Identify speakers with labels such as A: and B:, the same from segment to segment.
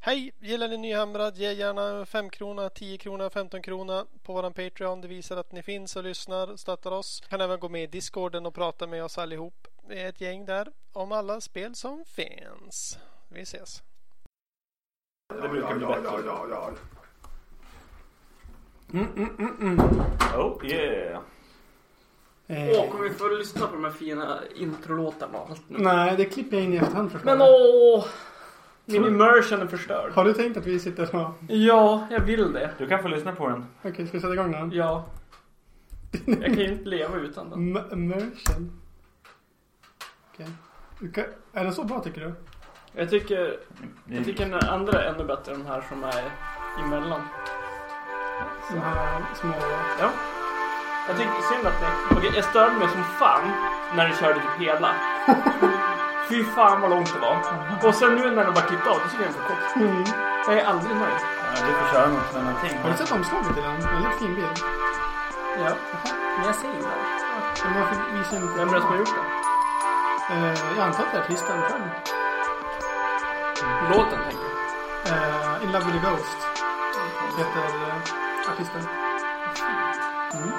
A: Hej! Gillar ni Nyhamrad? Ge gärna en 5 krona, 10 krona, 15 krona på våran Patreon. Det visar att ni finns och lyssnar och stöttar oss. Kan även gå med i Discorden och prata med oss allihop. Vi är ett gäng där om alla spel som finns. Vi ses!
B: Det brukar bli bättre.
C: ja, ja.
B: Oh yeah.
D: Åh,
E: Eh,
D: kommer vi få lyssna på de här fina introlåtarna och allt nu?
E: nej, det klipper jag in i efterhand förstår
D: Men
E: jag.
D: åh! Min immersion är förstörd.
E: Har du tänkt att vi sitter och...
D: Ja, jag vill det.
B: Du kan få lyssna på den.
E: Okej, ska vi sätta igång den?
D: Ja. Jag kan ju inte leva utan den.
E: M- immersion. Okej. Du kan- Är den så bra tycker du?
D: Jag tycker, jag
B: Det-
D: tycker den andra är ännu bättre än den här som är emellan.
E: De här små...
D: Ja. Jag tycker synd att ni... Okej, jag störde mig som fan när du körde typ hela. Fy fan vad långt det var. Och sen nu när de bara klippte av, då tycker jag den är för kort.
E: Mm.
D: Jag är aldrig nöjd.
B: Ja, du får köra något med någonting.
E: Har du sett omslaget till den? Väldigt fin bild.
D: Ja. Men jag säger det.
E: Men varför visar den
D: Vem är det som har gjort det?
E: Eh, jag antar att det är artisten själv.
D: Låten tänker jag.
E: Eh, In Love With A Ghost. Heter eh, artisten. Mm.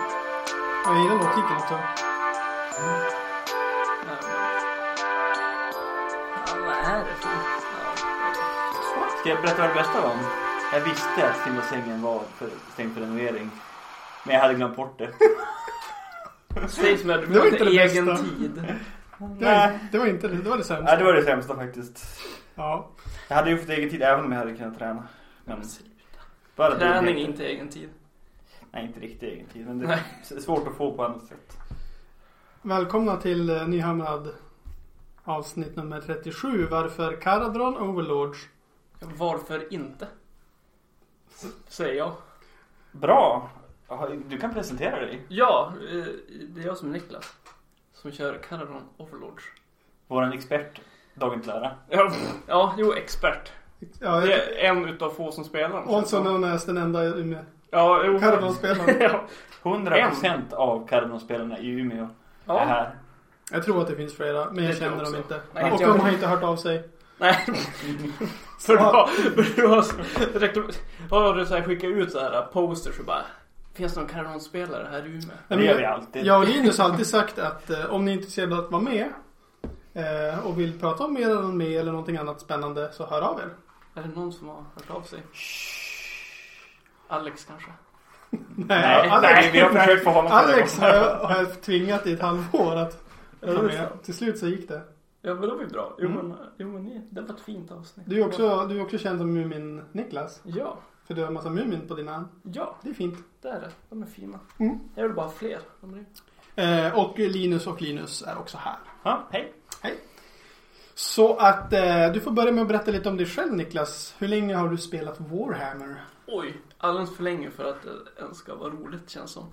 E: Och jag gillar låttiteln också.
D: Ja, vad är det för
B: Ska jag berätta vad det bästa var? Jag visste att Stilla sängen var för, stängd för renovering. Men jag hade glömt bort det.
D: Säg som det är, du
E: Det var
D: behöver
E: inte
D: inte
E: det
D: egen
E: bästa.
D: tid.
E: Det var, det var inte det. var det sämsta.
B: Nej, det var det sämsta faktiskt.
E: Ja.
B: Jag hade ju fått egen tid även om jag hade kunnat träna. Men bara
D: Mm. Träning är
B: dumheter.
D: inte egen tid.
B: Nej, inte riktigt egen tid. Men det
D: Nej.
B: är svårt att få på annat sätt.
E: Välkomna till eh, Nyhamrad avsnitt nummer 37. Varför Caradron Overlords?
D: Varför inte? Säger jag.
B: Bra! Jaha, Du kan presentera dig.
D: Ja, eh, det är jag som är Niklas. Som kör Caravan Overlords.
B: Våran expert, Dagens Lära.
D: Ja, ja, jo, expert.
E: Ja, Alltså,
D: Det Alltså, är en utav få som spelar.
E: also known as den enda i Umeå.
D: Ja, jo.
E: Caradron-spelaren.
D: ja.
B: 100% av Cardinalspelarna i Umeå är
D: ja.
B: här.
E: Jag tror att det finns flera, men
D: Det
E: jag
D: tror jag
E: känner dem
D: också.
E: inte.
D: Nej,
E: Och
D: jag-
E: de har inte hört av sig.
D: Nej. För du har, för du har, reklam- har du så här skickat ut så här posters och bara Finns det någon Caravan-spelare här i Umeå?
B: Det gör vi alltid.
E: Jag och Linus har alltid sagt att eh, om ni är intresserade av att vara med eh, och vill prata om mer än med eller någonting annat spännande så hör av er.
D: Är det någon som har hört av sig? Alex kanske?
B: Nej, nej, vi har försökt få honom
E: Alex har jag, har jag tvingat i ett halvår att vara
D: Ja,
E: med.
D: just
E: Till slut så gick det.
D: Ja men då är vi bra. Jo men, jo, men ni- det var ett fint avsnitt.
E: Du är också, du är också känd som Mumin-Niklas.
D: Ja,
E: För du har en massa Mumin på dina arm.
D: ja
E: Det är fint.
D: det är det. De är fina.
E: Mm.
D: Jag vill bara ha fler. De är...
E: Eh, och Linus och Linus är också här.
B: Ja, hej.
E: Så att eh, du får börja med att berätta lite om dig själv Niklas. Hur länge har du spelat Warhammer?
D: Oj, alldeles för länge för att det ens ska vara roligt känns som.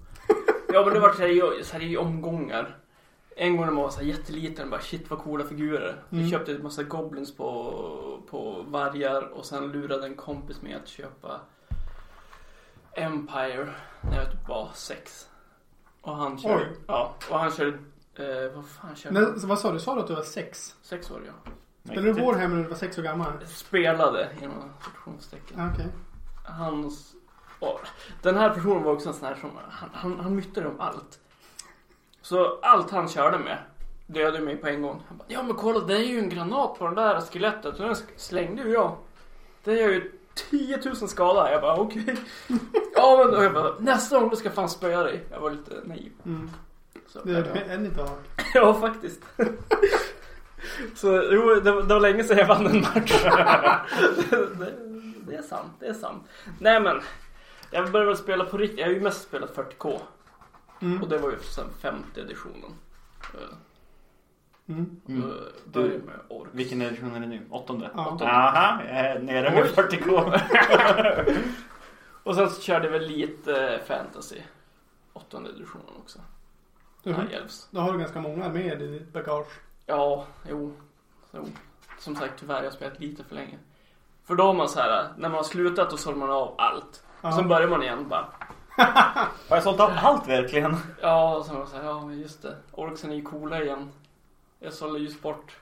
D: Ja men det var så här, i- så här i omgångar. En gång när man var så här jätteliten bara shit vad coola figurer. Vi
E: Mm.
D: köpte en massa goblins på, på vargar och sen lurade en kompis med att köpa Empire när jag typ var sex. Och han körde,
E: Oj.
D: ja, och han körde, eh, vad fan körde han?
E: Men, vad sa du? Sa du att du var sex?
D: Sex år ja.
E: Spelade du Warhammer när du var sex år gammal?
D: Spelade inom citationstecken.
E: Ja, Okej.
D: Hans... Åh, Den här personen var också en sån här som... Han, han, han myttade om allt. Så allt han körde med dödade mig på en gång. Han bara, ja men kolla det är ju en granat på den där skelettet och den sk- slängde ju jag. Det gör ju 10 000 skada. Jag bara okej. Ja men och jag bara, nästa gång då ska jag fan spöa dig. Jag var lite naiv.
E: Mm.
D: Så,
E: Det är du än idag.
D: Ja faktiskt. Så jo, det, var- det var länge sedan jag vann en match. det, det, det är sant, det är sant. Nej men, jag började väl spela på riktigt. Jag har ju mest spelat 40K.
E: Mm.
D: Och det var ju sen femte editionen. Eh,
E: Mm.
B: Mm.
D: eh, Började med ork.
B: Vilken edition är det nu? Åttonde?
E: Ja.
D: Åttonde.
B: Aha, jag är nere med
D: Oj.
B: 40k.
D: Och sen så körde vi lite fantasy. Åttonde editionen också.
E: Mhm.
D: Han hjälps.
E: Då har du ganska många med i ditt bagage.
D: Ja, jo. jo. Som sagt, tyvärr, jag har spelat lite för länge. För då har man så här, när man har slutat och sålar man av allt.
E: Ja.
D: Och sen börjar man igen bara.
B: Har jag sålt av allt verkligen?
D: Ja, och sen var det så här, ja men just det. Orksen är ju coola igen. Jag sålde just bort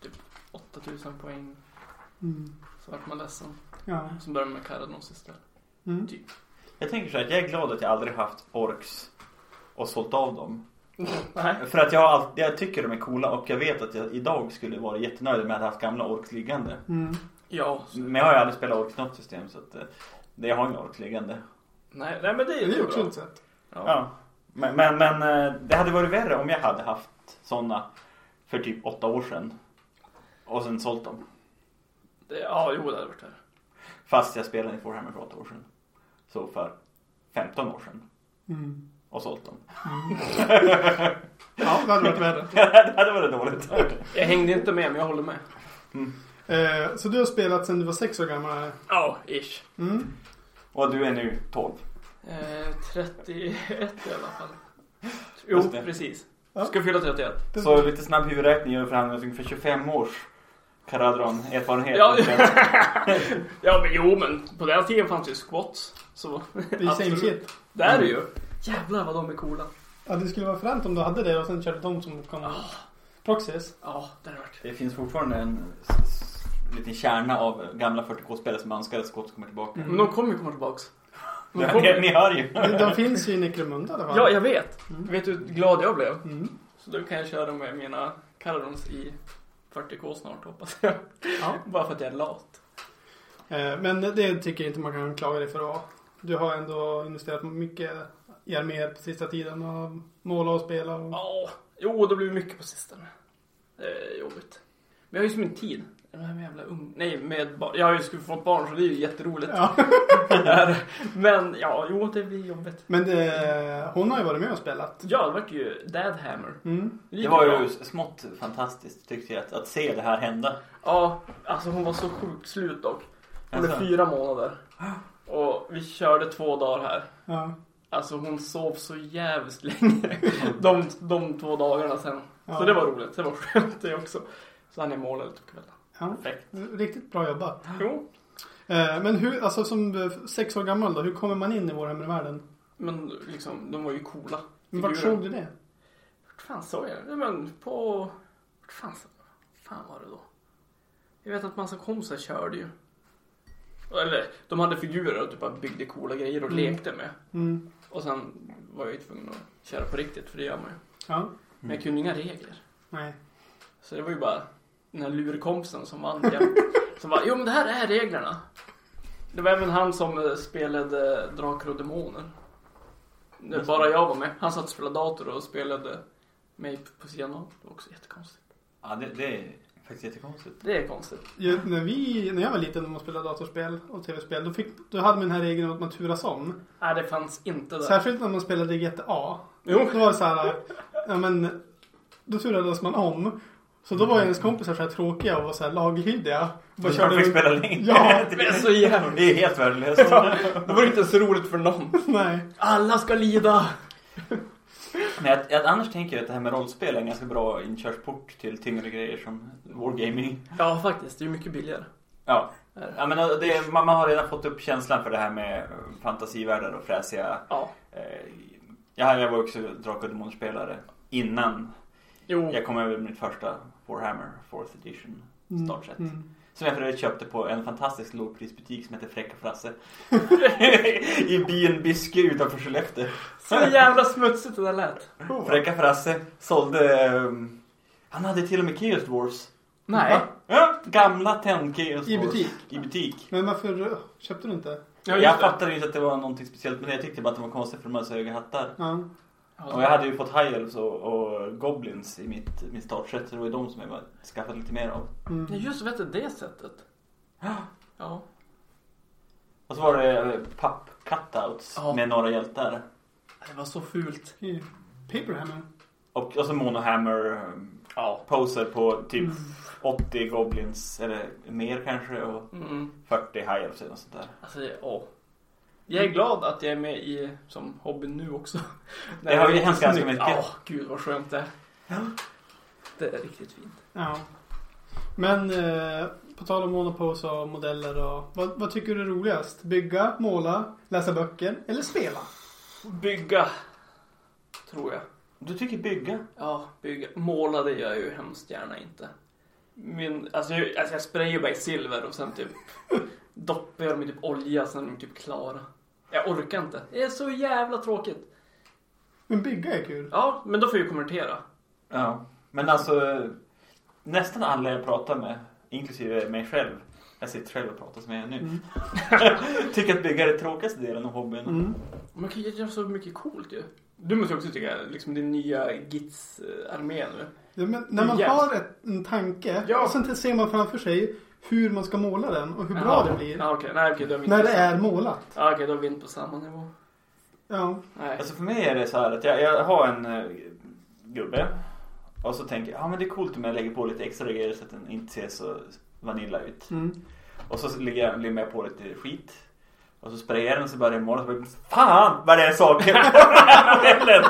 D: typ 8000 poäng.
E: Mm.
D: Så så vart man ledsen.
E: Ja.
D: Så började man med Carados istället.
E: Mm.
D: Typ.
B: Jag tänker så här, jag är glad att jag aldrig haft orks och sålt av dem.
D: Nej.
B: För att jag, har alltid, jag tycker de är coola och jag vet att jag idag skulle vara jättenöjd med att ha haft gamla orks liggande.
E: Mm.
D: Ja.
B: Men jag har ju aldrig spelat orks i något system så att eh, det jag har inga orks liggande.
D: Nej, nej men det är
E: Det
D: ju
E: är
D: bra.
E: också ett sätt.
D: Ja.
B: Ja. Men, men, men eh, det hade varit värre om jag hade haft sådana för typ åtta år sedan. Och sen sålt dem.
D: Det, ja, jo det hade varit det.
B: Fast jag spelade i Warhammer för åtta år sedan. Så för 15 år sedan.
E: Mm.
B: Och sålt dem.
E: Ja, det hade varit värre.
B: det hade varit dåligt.
D: Jag hängde inte med, men jag håller med.
E: Eh, så du har spelat sedan du var sex år gammal? eller?
D: Ja, ish.
E: Mm.
B: Och du är nu 12.
D: Eh, 31 i alla fall. Jo,
B: Just det.
D: precis.
E: Ja.
D: Ska fylla 31.
E: Det-
B: Så lite snabb huvudräkning gör fram emot ungefär 25 års Caradron erfarenhet.
D: Ja. Ja, men jo, men på den tiden fanns ju squats. Så
E: Det är same
D: absolut.
E: shit.
D: Det är det ju. Jävlar vad de är coola.
E: Ja, det skulle vara fränt om du hade det och sen körde de som kom proxies.
D: Ja, det har det varit.
B: Det finns fortfarande en s- s- liten kärna av gamla 40k-spelare som önskar att skott kommer tillbaka.
D: Men de kommer ju komma tillbaks. De
B: Ja,
D: kommer
B: ni,
D: ju.
B: ni hör ju.
E: De, de finns ju i Necromunda i alla fall.
D: Ja, jag vet. Vet du hur glad jag blev?
E: Mm.
D: Så då kan jag köra med mina Caradons i 40k snart hoppas jag.
E: Ja.
D: Bara för att jag är lat.
E: Eh, Men det tycker jag inte man kan klaga dig för att vara. Du har ändå investerat mycket i arméer på sista tiden och måla och spela. Och...
D: Ja, jo det blir mycket på sistone. Det är jobbigt. Men jag har ju som en tid. Den här med jävla ung... Nej, med barn. Jag har ju sku- fått barn så det är ju jätteroligt.
E: Ja.
D: Men ja, jo det blir jobbigt.
E: Men det, hon har ju varit med och spelat.
D: Ja, det vart ju Dadhammer.
E: Mm.
B: Det
D: Lika
B: var
D: bra.
B: ju s- smått fantastiskt tyckte jag att, att se det här hända.
D: Ja, alltså hon var så sjukt slut dock. Hon är
B: Alltså.
D: fyra månader. Och vi körde två dagar här.
E: Ja.
D: Alltså hon sov så jävligt länge. De, de två dagarna sen.
E: Ja.
D: Så det var roligt. Det var skönt det också. Så han är målare på kvällen.
E: ja.
D: Perfekt.
E: Riktigt bra jobbat.
D: typ Jo,
E: Eh, Men hur, alltså som eh, sex år gammal då, hur kommer man in i Warhammer-världen?
D: men liksom de var ju coola.
E: Men Vart
D: figurer.
E: såg du det?
D: Vart fan såg jag det? Nej, Men på... Vart fan, så- fan var det då? Jag vet att massa kompisar körde ju. Eller de hade figurer och typ bara byggde coola grejer och lekte med.
E: Mm.
D: Och sen var jag ju tvungen att köra på riktigt, för det gör man ju.
E: Ja.
D: Men jag kunde inga regler.
E: Nej.
D: Så det var ju bara den här lurkompisen som vann jämt. Som bara, jo men det här är reglerna. Det var även han som eh, spelade Drakar och Demoner. Det var bara jag var med. Han satt och spelade dator och spelade mig p- på sidan av. Det var också jättekonstigt.
B: Ja, det, det är faktiskt jättekonstigt.
D: Det är konstigt.
E: Jag, när, vi, när jag var liten och man spelade datorspel och tv-spel, då, fick, då hade man den här regeln att man turas om.
D: Nej, det fanns inte där.
E: Särskilt när man spelade GTA.
D: Jo.
E: Då var det så här, ja men, då turades man om. Så då var ens kompisar så här tråkiga och var så här laglydiga. Bara
B: De fick
E: runt.
B: spela länge.
E: Ja,
D: Det är så jävla...
B: Det är helt värdelöst.
D: Det var inte ens roligt för någon.
E: nej.
D: Alla ska lida!
B: Men jag, jag, annars tänker jag att det här med rollspel är en ganska bra inkörsport till tyngre grejer som wargaming.
D: Ja, faktiskt. Det är ju mycket billigare.
B: Ja. ja men det, man, man har redan fått upp känslan för det här med eh, fantasivärldar och fräsiga...
D: Ja.
B: Eh, jag, jag var också Drakar och Demoner-spelare innan
D: Jo.
B: jag kom över mitt första Warhammer 4th edition startset.
E: Mm.
B: Som jag för övrigt köpte på en fantastisk lågprisbutik som heter Fräcka Frasse. I byn Byske utanför Skellefteå.
D: Så jävla smutsigt det där lät.
E: Oh.
B: Fräcka Frasse sålde... ehm, han hade till och med Chaos Dwarfs.
D: Nej.
B: Ja, gamla Ten Chaos
E: I
B: Dwarfs.
E: butik?
B: I butik.
E: Men varför eh, köpte du inte?
D: Ja, just
B: jag
D: det.
B: fattade ju inte att det var någonting speciellt med det. Jag tyckte bara att de var konstiga för de hade så höga hattar.
E: Ja.
B: Och jag hade ju fått High Elves och, och Goblins i mitt, mitt startset. Så det var ju de som jag bara skaffat lite mer av.
E: Mm.
D: Ja, just vet du, det sättet. Ja.
B: Och så var det eh, papp-cutouts
D: Ja.
B: med några hjältar.
D: Det var så fult.
E: I Paperhammer.
B: Och, och så Monohammer ehm,
D: Ja.
B: poser på typ
E: Mm.
B: 80 goblins eller mer kanske och
D: Mm.
B: 40 high elves eller något sånt där.
D: Alltså, det, ja. Jag är glad att jag är med i som hobby nu också.
B: Det har ju hänt ganska mycket.
D: Ja, gud vad skönt det är. Det är riktigt fint.
E: Ja. Men eh, på tal om monopose och modeller och vad, vad tycker du är roligast? Bygga, måla, läsa böcker eller spela?
D: Bygga. Tror jag.
B: Du tycker bygga?
D: Ja, bygga. Måla det gör jag ju hemskt gärna inte. Min, alltså, jag, alltså jag sprayar ju bara i silver och sen typ doppar jag dem i typ olja sen är de typ klara. Jag orkar inte. Det är så jävla tråkigt.
E: Men bygga är kul.
D: Ja, men då får jag ju konvertera.
B: Ja. Men alltså, nästan alla jag pratar med, inklusive mig själv, jag sitter själv och pratar som jag är nu, tycker att bygga är den tråkigaste delen av hobbyn.
D: Mm.
E: Mm.
D: Man kan ju göra så mycket coolt ju. Du måste ju också tycka liksom din nya Gits-armé nu.
E: Ja, men när man
D: Jävlar.
E: har ett, en tanke
D: Ja.
E: och sen ser man framför sig hur man ska måla den och hur bra
D: Jaha.
E: det blir.
D: Ja, okej. Nej, okej, då är vi inte
E: När
D: på
E: det
D: samma-
E: är målat.
D: Ja, okej, då är vi inte på samma nivå.
E: Ja.
D: Nej.
B: Alltså för mig är det så här att jag, jag har en eh, gubbe och så tänker jag, ja ah, men det är coolt om jag lägger på lite extra grejer så att den inte ser så vanilla ut.
E: Mm.
B: Och så lägger jag, limmar jag på lite skit. Och så sprayar jag den och så börjar jag måla och så bara, Fan vad det är saker på den här modellen!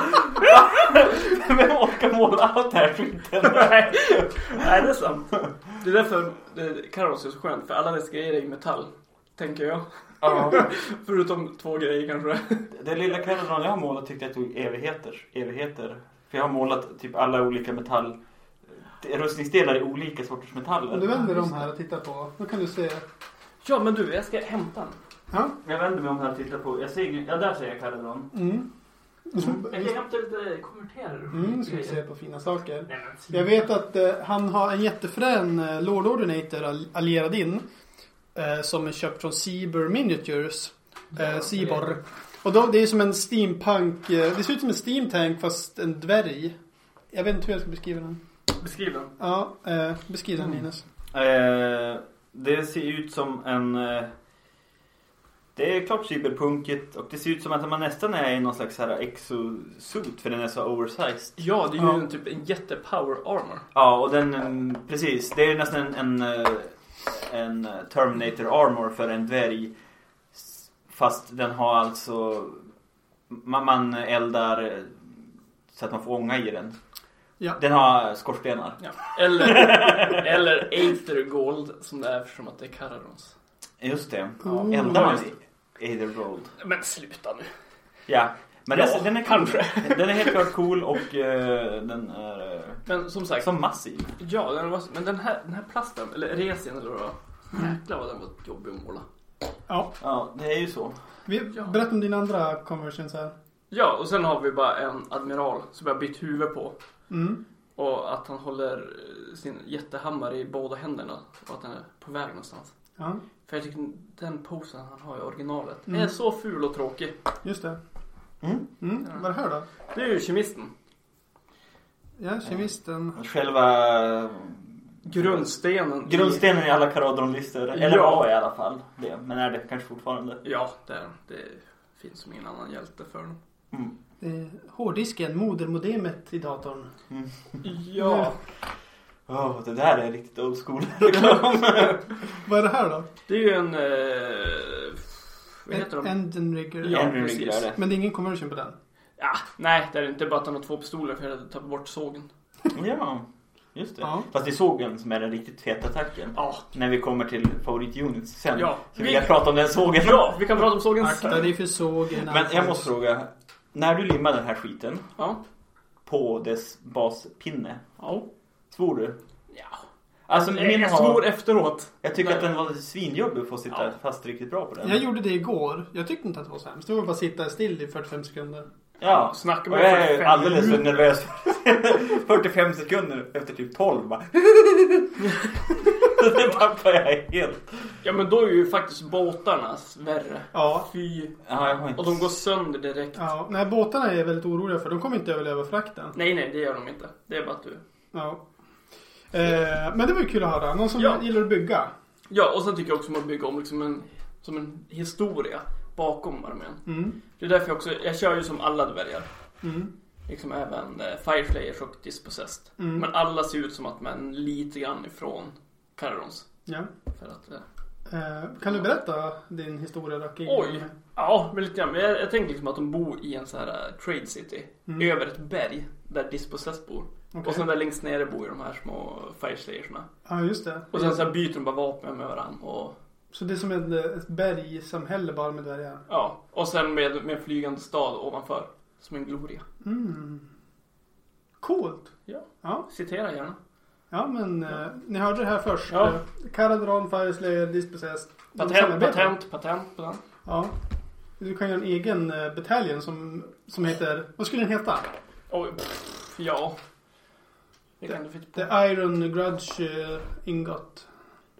B: Vem orkar måla allt det här skiten?
D: Nej. Nej, det är sant. Det är därför det- Carros är så skönt, för alla dess grejer är i metall. Tänker jag.
B: Ja,
D: Förutom två grejer kanske.
B: det lilla Caradron jag har målat tyckte jag tog evigheter. Evigheter. För jag har målat typ alla olika metall... eh, Rustningsdelar i olika sorters metaller.
E: Om du vänder dem här och tittar på, då kan du se.
D: Ja, men du, jag ska hämta den.
E: Ja.
B: Jag vänder mig om här och tittar på. Jag ser ingen- Ja, där ser jag Caradron.
E: Mm.
D: Jag kan hämta lite konverterare.
E: Mm, nu ska vi se på fina saker.
D: Nej, men
E: Jag vet att eh, han har en jättefrän eh, Lord Ordinator all- allierad in. Eh, som är köpt från Seabor Miniatures. Eh, Seabor. Och då, det är som en steampunk. Eh, det ser ut som en steamtank fast en dvärg. Jag vet inte hur jag ska beskriva den.
D: Beskriv den.
E: Ja, eh, beskriv den
B: Mm.
E: Linus.
B: Eh, det ser ut som en... Eh, det är klart cyberpunkigt och det ser ut som att man nästan är i någon slags så här exosuit för den är så oversized.
D: Ja, det är ju
E: Ja.
D: en, typ en jättepower armor.
B: Ja, och den... mm, Precis, det är nästan en, en, eh, en Terminator armor för en dvärg. S- Fast den har alltså... Man, man eldar eh, så att man får ånga i den.
E: Ja.
B: Den har skorstenar.
D: Ja. Eller, eller Aethergold som det är eftersom att det är Mm. Carrarons.
B: Just det.
E: Oh.
B: Eldar man i Aether Gold.
D: Men sluta nu.
B: Ja, men alltså,
D: Ja,
B: den, den, är
D: kanske.
B: den är helt klart cool och eh, den är
D: Men som
B: eh,
D: sagt,
B: så massiv.
D: ja, den var, men den här, den här plasten, eller resin eller vad det var. Jäklar vad den var jobbig att måla.
E: Ja,
B: Ja, det är ju så.
E: vi,
D: Ja.
E: berätta om dina andra conversions här.
D: Ja, och sen har vi bara en admiral som jag har bytt huvud på.
E: Mm.
D: Och att han håller eh, sin jättehammare i båda händerna och att den är på väg någonstans.
E: Ja,
D: För jag tycker den posen han har i originalet
E: Mm.
D: är så ful och tråkig.
E: just det.
B: Mm.
E: Mm.
D: Ja.
E: Vad är det här då?
D: Det är ju kemisten.
E: Ja, kemisten.
B: Själva eh,
D: Grundstenen. i-
B: grundstenen i alla karadronlistor, eller
D: Ja.
B: var i alla fall det, men är det kanske fortfarande.
D: Ja, det är den. Det finns som ingen annan hjälte för den.
E: Det är eh, hårddisken, modermodemet i datorn.
D: Ja.
B: Åh, det där är riktigt old school-reklam.
E: Vad är det här då?
D: Det är ju en... Eh, vad heter de?
E: Engine rigger.
D: Ja,
B: Henry
D: precis.
B: gör det.
E: Men det är ingen conversion på den.
D: Ja, nej, det är det inte. Det är bara att han har två pistoler för jag hade tagit bort sågen.
B: Ja, just det.
E: Ja.
B: Fast det är sågen som är den riktigt feta attacken.
D: Ja.
B: När vi kommer till favoritunits sen
D: Ja.
B: så vill jag prata om den sågen.
D: Ja, vi kan prata om sågen
E: Akta
D: sen.
E: dig för sågen.
B: Men jag måste fråga, när du limmar den här skiten
D: Ja.
B: på dess baspinne,
D: Ja.
B: Svor du?
D: ja.
B: Alltså min
D: Jag
B: har...
D: svor efteråt.
B: Jag tycker
D: Nej.
B: att den var svinjobbig för att sitta
D: Ja.
B: fast riktigt bra på den.
E: Jag gjorde det igår. Jag tyckte inte att det var så hemskt. Det var bara att sitta still i 45 sekunder.
B: Ja.
D: Snacka
B: Och jag
D: med
B: är
D: 45
B: alldeles för nervös. 45 sekunder efter typ 12 bara. Så Den tappar jag helt.
D: Ja, men då är ju faktiskt båtarna värre.
E: Ja.
D: Fy.
B: Ja, jag har inte...
D: Och de går sönder direkt.
E: ja. Nej, båtarna är jag väldigt oroliga för. De kommer inte överleva frakten.
D: Nej, nej, det gör de inte. Det är bara att du...
E: Ja. Eh, men det var ju kul att höra. Någon som
D: Ja.
E: gillar att bygga.
D: Ja, och sen tycker jag också om att bygga om liksom en, som en historia bakom armén.
E: Mm.
D: Det är därför jag också, jag kör ju som alla dvärgar.
E: Mm.
D: Liksom även eh, Fireflayers och Dispossessed.
E: Mm.
D: Men alla ser ut som att man är lite grann ifrån Carrarons.
E: Ja.
D: För att, eh,
E: Eh, kan du berätta din historia då? kring-
D: Oj. ja, men lite grann. Men jag, jag tänker liksom att de bor i en så här eh, trade city.
E: Mm.
D: Över ett berg där Dispossessed bor.
E: Okej.
D: Och sen där längst nere bor ju de här små Fireslayersna.
E: Ja, just det.
D: Och sen så här byter de bara vapen med varandra. Och,
E: Så det är som ett, ett bergssamhälle bara med dvärgar.
D: ja. och sen med, med en flygande stad ovanför. Som en gloria.
E: Mm. Coolt.
D: Ja.
E: Ja.
D: Citera gärna.
E: Ja men eh, ni hörde det här först.
D: Ja.
E: Ja. Caradron, Fireslayer, Dispossessed. De
D: Patent,
E: samarbetar.
D: patent, patent på den.
E: Ja. Du kan göra en egen eh, bataljon som, som heter, vad skulle den heta?
D: Oj, pff, ja. Det kan du fitta
E: The
D: på.
E: Iron Grudge eh, Ingot.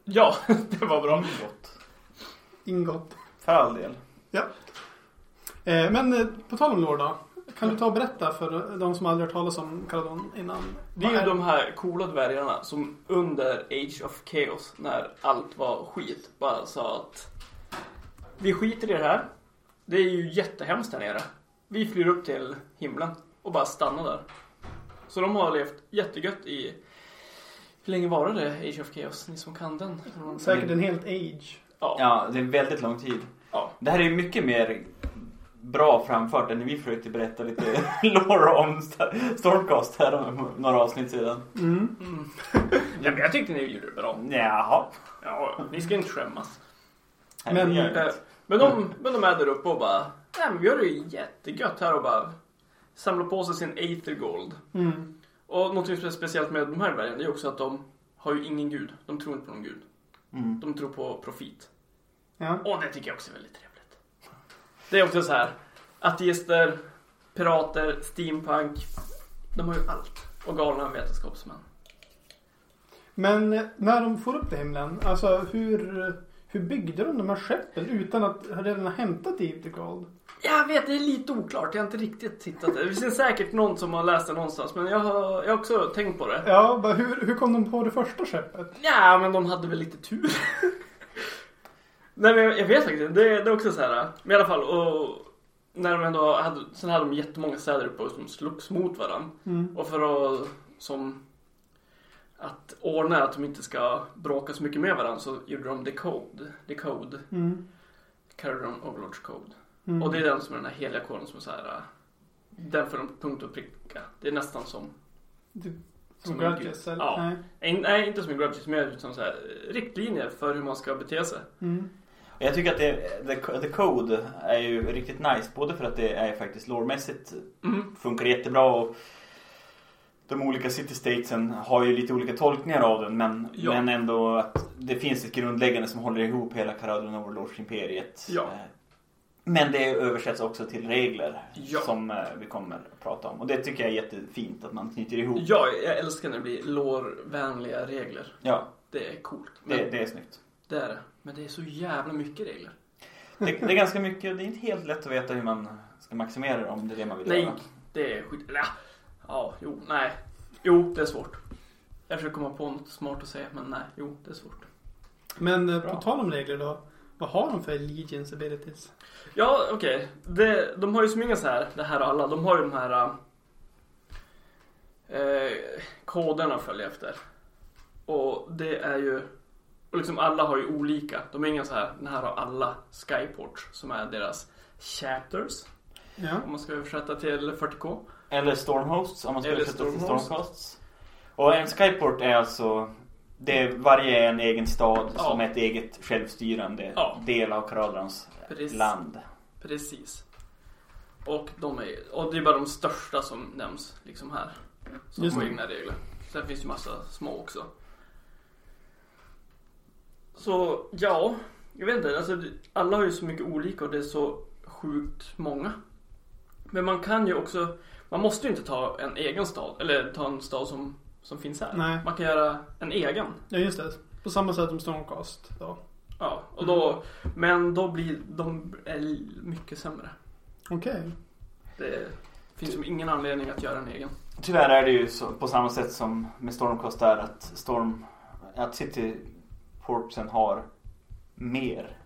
D: Ja, det var bra.
B: Gott.
E: Ingot.
B: För all del.
E: Eh, men eh, på tal om lore då. Kan du ta och berätta för de som aldrig har hört talas om Caradon innan?
D: Det är ju de här coola dvärgarna som under Age of Chaos, när allt var skit, bara sa att vi skiter i det här. Det är ju jättehemskt här nere. Vi flyr upp till himlen och bara stannar där. Så de har levt jättegött i... Hur länge var det Age of Chaos? Ni som kan den?
E: Säkert
D: Mm.
E: en helt age.
D: Ja.
B: Ja, det är väldigt lång tid.
D: Ja.
B: Det här är ju mycket mer bra framfört än när vi försökte berätta lite lore om Star- Stormcast här om några avsnitt sedan.
E: Mm.
D: Mm. ja men jag tyckte ni gjorde det bra.
B: Jaha.
D: Ja, ni ska inte skämmas.
B: Nej,
E: Men,
B: det gör jag
D: Eh,
B: inte.
D: Men de, men de är där uppe och bara, nej men vi har det ju jättegött här och bara samlar på sig sin Aether Gold.
E: Mm.
D: Och något som är speciellt med de här dvärgarna det är också att de har ju ingen gud. De tror inte på någon gud.
B: Mm.
D: De tror på profit.
E: Ja.
D: Och det tycker jag också är väldigt trevligt. Det är också så här, ateister, pirater, steampunk. De har ju allt. Och galna vetenskapsmän.
E: Men eh, när de får upp till himlen, alltså hur, hur byggde de de här skeppen utan att redan ha hämtat dit The Gold?
D: Jag vet, det är lite oklart. Jag har inte riktigt tittat. Det finns säkert någon som har läst det någonstans. Men jag har, jag har också tänkt på det.
E: Ja, bara hur, hur kom de på det första skeppet?
D: Ja, men de hade väl lite tur. Nej, men jag, jag vet faktiskt inte. Det, det är också så här. Men i alla fall, och när de ändå hade, sen hade de jättemånga städer uppe som slogs mot varandra.
E: Mm.
D: Och för att som att ordna att de inte ska bråka så mycket med varandra så gjorde de decode, decode,
E: Mm.
D: Caradon Overlords Code.
E: Mm.
D: Och det är den som är den här heliga koden som är så här. Den får de punkt och pricka. Det är nästan som
E: Du-
D: Som
E: Typ Som
D: en
E: Grudges?
D: gud.
E: eller?
D: Ja.
E: Nej.
D: Nej, nej, inte som en grudge, mer utan så här, eh, riktlinjer för hur man ska bete sig.
E: Mm.
B: Jag tycker att det, the, the Code är ju riktigt nice. Både för att det är faktiskt loremässigt
D: Mm.
B: funkar jättebra och de olika city statesen har ju lite olika tolkningar av den men,
D: Ja.
B: men ändå att det finns ett grundläggande som håller ihop hela Caradon Overlords-imperiet.
D: Ja.
B: Eh, Men det översätts också till regler
D: Ja.
B: som eh, vi kommer att prata om. Och det tycker jag är jättefint att man knyter ihop.
D: Ja, jag älskar när det blir lårvänliga regler.
B: Ja,
D: Det är coolt. Men
B: det,
D: det,
B: det är snyggt.
D: är det. Men det är så jävla mycket regler.
B: Det, det är ganska mycket, det är inte helt lätt att veta hur man ska maximera det om det är det man vill
D: Nej,
B: göra.
D: det är skit... Eller, ja. ja, jo, nej. Jo, det är svårt. Jag försöker komma på något smart att säga, men nej, jo, det är svårt.
E: Men eh,
B: Bra.
E: på tal om regler då. Vad har de för allegiance abilities?
D: Ja, okej. Det- De har ju som inga så här, det här och alla. De har ju de här eh, koderna att följa efter. Och det är ju, och liksom alla har ju olika. De är inga så här, den här har alla Skyports som är deras chapters.
E: Ja.
D: Om man ska översätta till 40K.
B: Eller Stormhosts om man ska
D: Eller
B: översätta till
D: Stormhosts.
B: Stormhosts. Och en Skyport är alltså det är varje är en egen stad
D: Ja.
B: som är ett eget självstyrande
D: Ja.
B: del av Karadrans
D: Precis.
B: land.
D: Precis. Och, de är, och det är bara de största som nämns liksom här. Som
E: Just
D: har
E: det.
D: egna regler. Sen finns ju massa små också. Så ja, jag vet inte. Alltså, det- alla har ju så mycket olika och det är så sjukt många. Men man kan ju också, man måste ju inte ta en egen stad. Eller ta en stad som, som finns här.
E: Nej.
D: Man kan göra en egen.
E: ja, just det. På samma sätt som Stormcast då.
D: Ja, och
E: Mm.
D: då, men då blir de är mycket sämre.
E: Okej.
D: Det finns som ingen anledning att göra en egen.
B: Tyvärr är det ju så, på samma sätt som med Stormcast där att Storm att Cityportsen har mer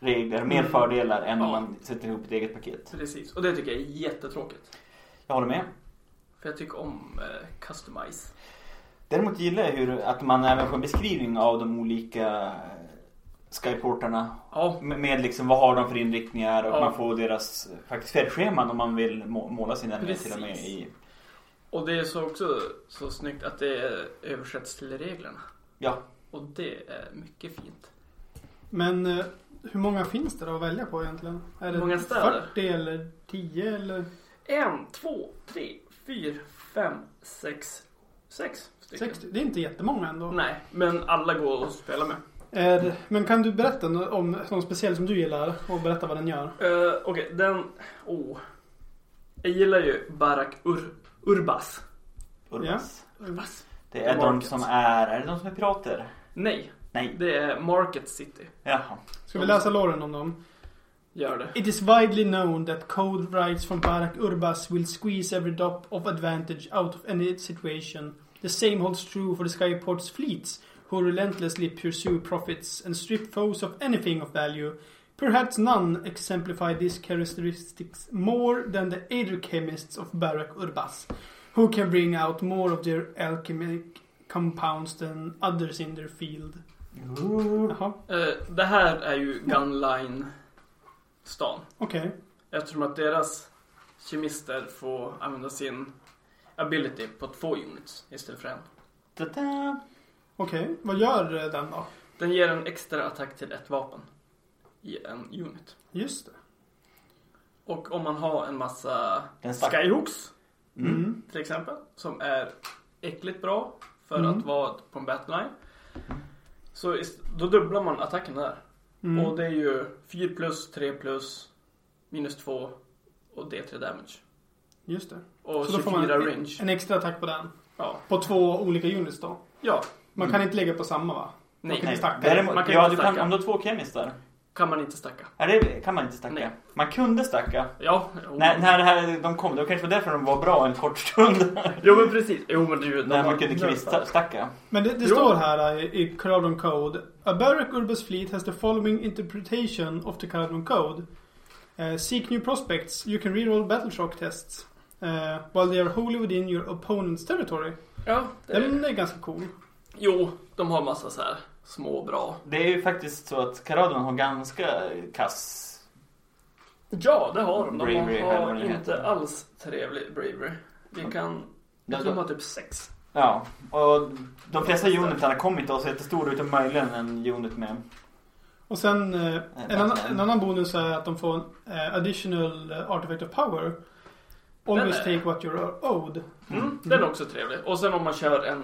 B: regler, mer
D: Mm.
B: fördelar än om
D: Ja.
B: man sätter ihop ett eget paket.
D: Precis, och det tycker jag är jättetråkigt.
B: Jag håller med.
D: För jag tycker om eh, customize.
B: Däremot gillar jag hur, att man även får en beskrivning av de olika Skyportarna
D: Ja,
B: Med, med liksom vad har de för inriktningar och
D: Ja.
B: man får deras eh, faktiskt färdscheman om man vill må, måla sin armé
D: Precis.
B: till och med i.
D: och det är så också så snyggt att det översätts till reglerna.
B: Ja.
D: Och det är mycket fint.
E: Men eh, hur många finns det då att välja på egentligen? Är det
D: Hur många städer?
E: 40 eller 10 eller?
D: En, två, tre, fyra, fem, sex, Sex stycken.
E: 60, det är inte jättemånga ändå.
D: Nej, men alla går att spela med.
E: Eh, men kan du berätta no- om någon speciell som du gillar och berätta vad den gör?
D: Eh, Okej, den... Oh. Jag gillar ju Barak Ur, Urbas.
B: Urbas.
D: Urbas?
B: Det är de
D: Markets.
B: som är... Är det de som är pirater?
D: Nej,
B: Nej.
D: det är Market City.
B: Jaha.
E: Ska vi läsa loren om dem?
D: Gör det.
E: It is widely known that cold rights from Barak Urbas will squeeze every drop of advantage out of any situation. The same holds true for the Skyport's fleets, who relentlessly pursue profits and strip foes of anything of value. Perhaps none exemplify these characteristics more than the alchemists of Barak Urbas, who can bring out more of their alchemic compounds than others in their field. Jaha,
D: Eh, det här är ju Gunline-stan.
E: okej.
D: Eftersom att deras kemister får använda sin ability på två units istället för en.
B: Ta-da.
E: Okej, vad gör eh, den då?
D: Den ger en extra attack till ett vapen i en unit.
E: Just det.
D: Och om man har en massa
B: Den stack.
D: skyhooks
B: Mm.
D: till exempel, som är äckligt bra för
E: Mm.
D: att vara på en battleline. Så ist- då dubblar man attacken där.
E: Mm.
D: Och det är ju 4 plus, 3 plus, minus 2 och D3 damage.
E: Just det.
D: Och
E: Så då får
D: 24
E: man en,
D: range.
E: en extra attack på den.
D: Ja. Mm.
E: På två olika units då.
D: ja,
E: Man kan inte lägga på samma va?
D: nej.
E: kan
B: Nej.
E: stacka.
B: Däremot,
D: Man kan
B: ja,
D: inte
B: du kan,
D: stacka.
B: om du har två kemistar.
D: Kan man inte stacka.
B: Är det, kan man inte stacka.
D: Nej.
B: Man kunde stacka.
D: Ja, jo.
B: När, när det här, de kom, det var kanske var därför de var bra en kort stund.
D: jo men precis. Jo men du,
B: när man kunde kviststacka.
E: Men det, det
D: Jo.
E: står här eh, i Caradon Code. A Barak Urbas fleet has the following interpretation of the Caradon Code. Eh, seek new prospects. You can reroll battle shock tests. eh, while they are wholly within your opponent's territory.
D: Ja, det
E: Den är ganska cool.
D: Jo, de har massa så här små bra.
B: Det är ju faktiskt så att Karadon har ganska kass...
D: Ja, det har de. De
B: Bravery, eller
D: har
B: vad det
D: inte
B: heter.
D: alls trevlig bravery. Vi kan... Jag tror de har typ sex.
B: Ja, och de flesta unitarna kom inte att vara så jättestora utom möjligen en unit med.
E: Och sen eh, en, annan,
B: Batman.
E: en annan bonus är att de får en eh, additional eh, artifact of power. Always
D: Den är-
E: take what you're owed.
D: Mm, Den är också trevlig. Och sen om man kör en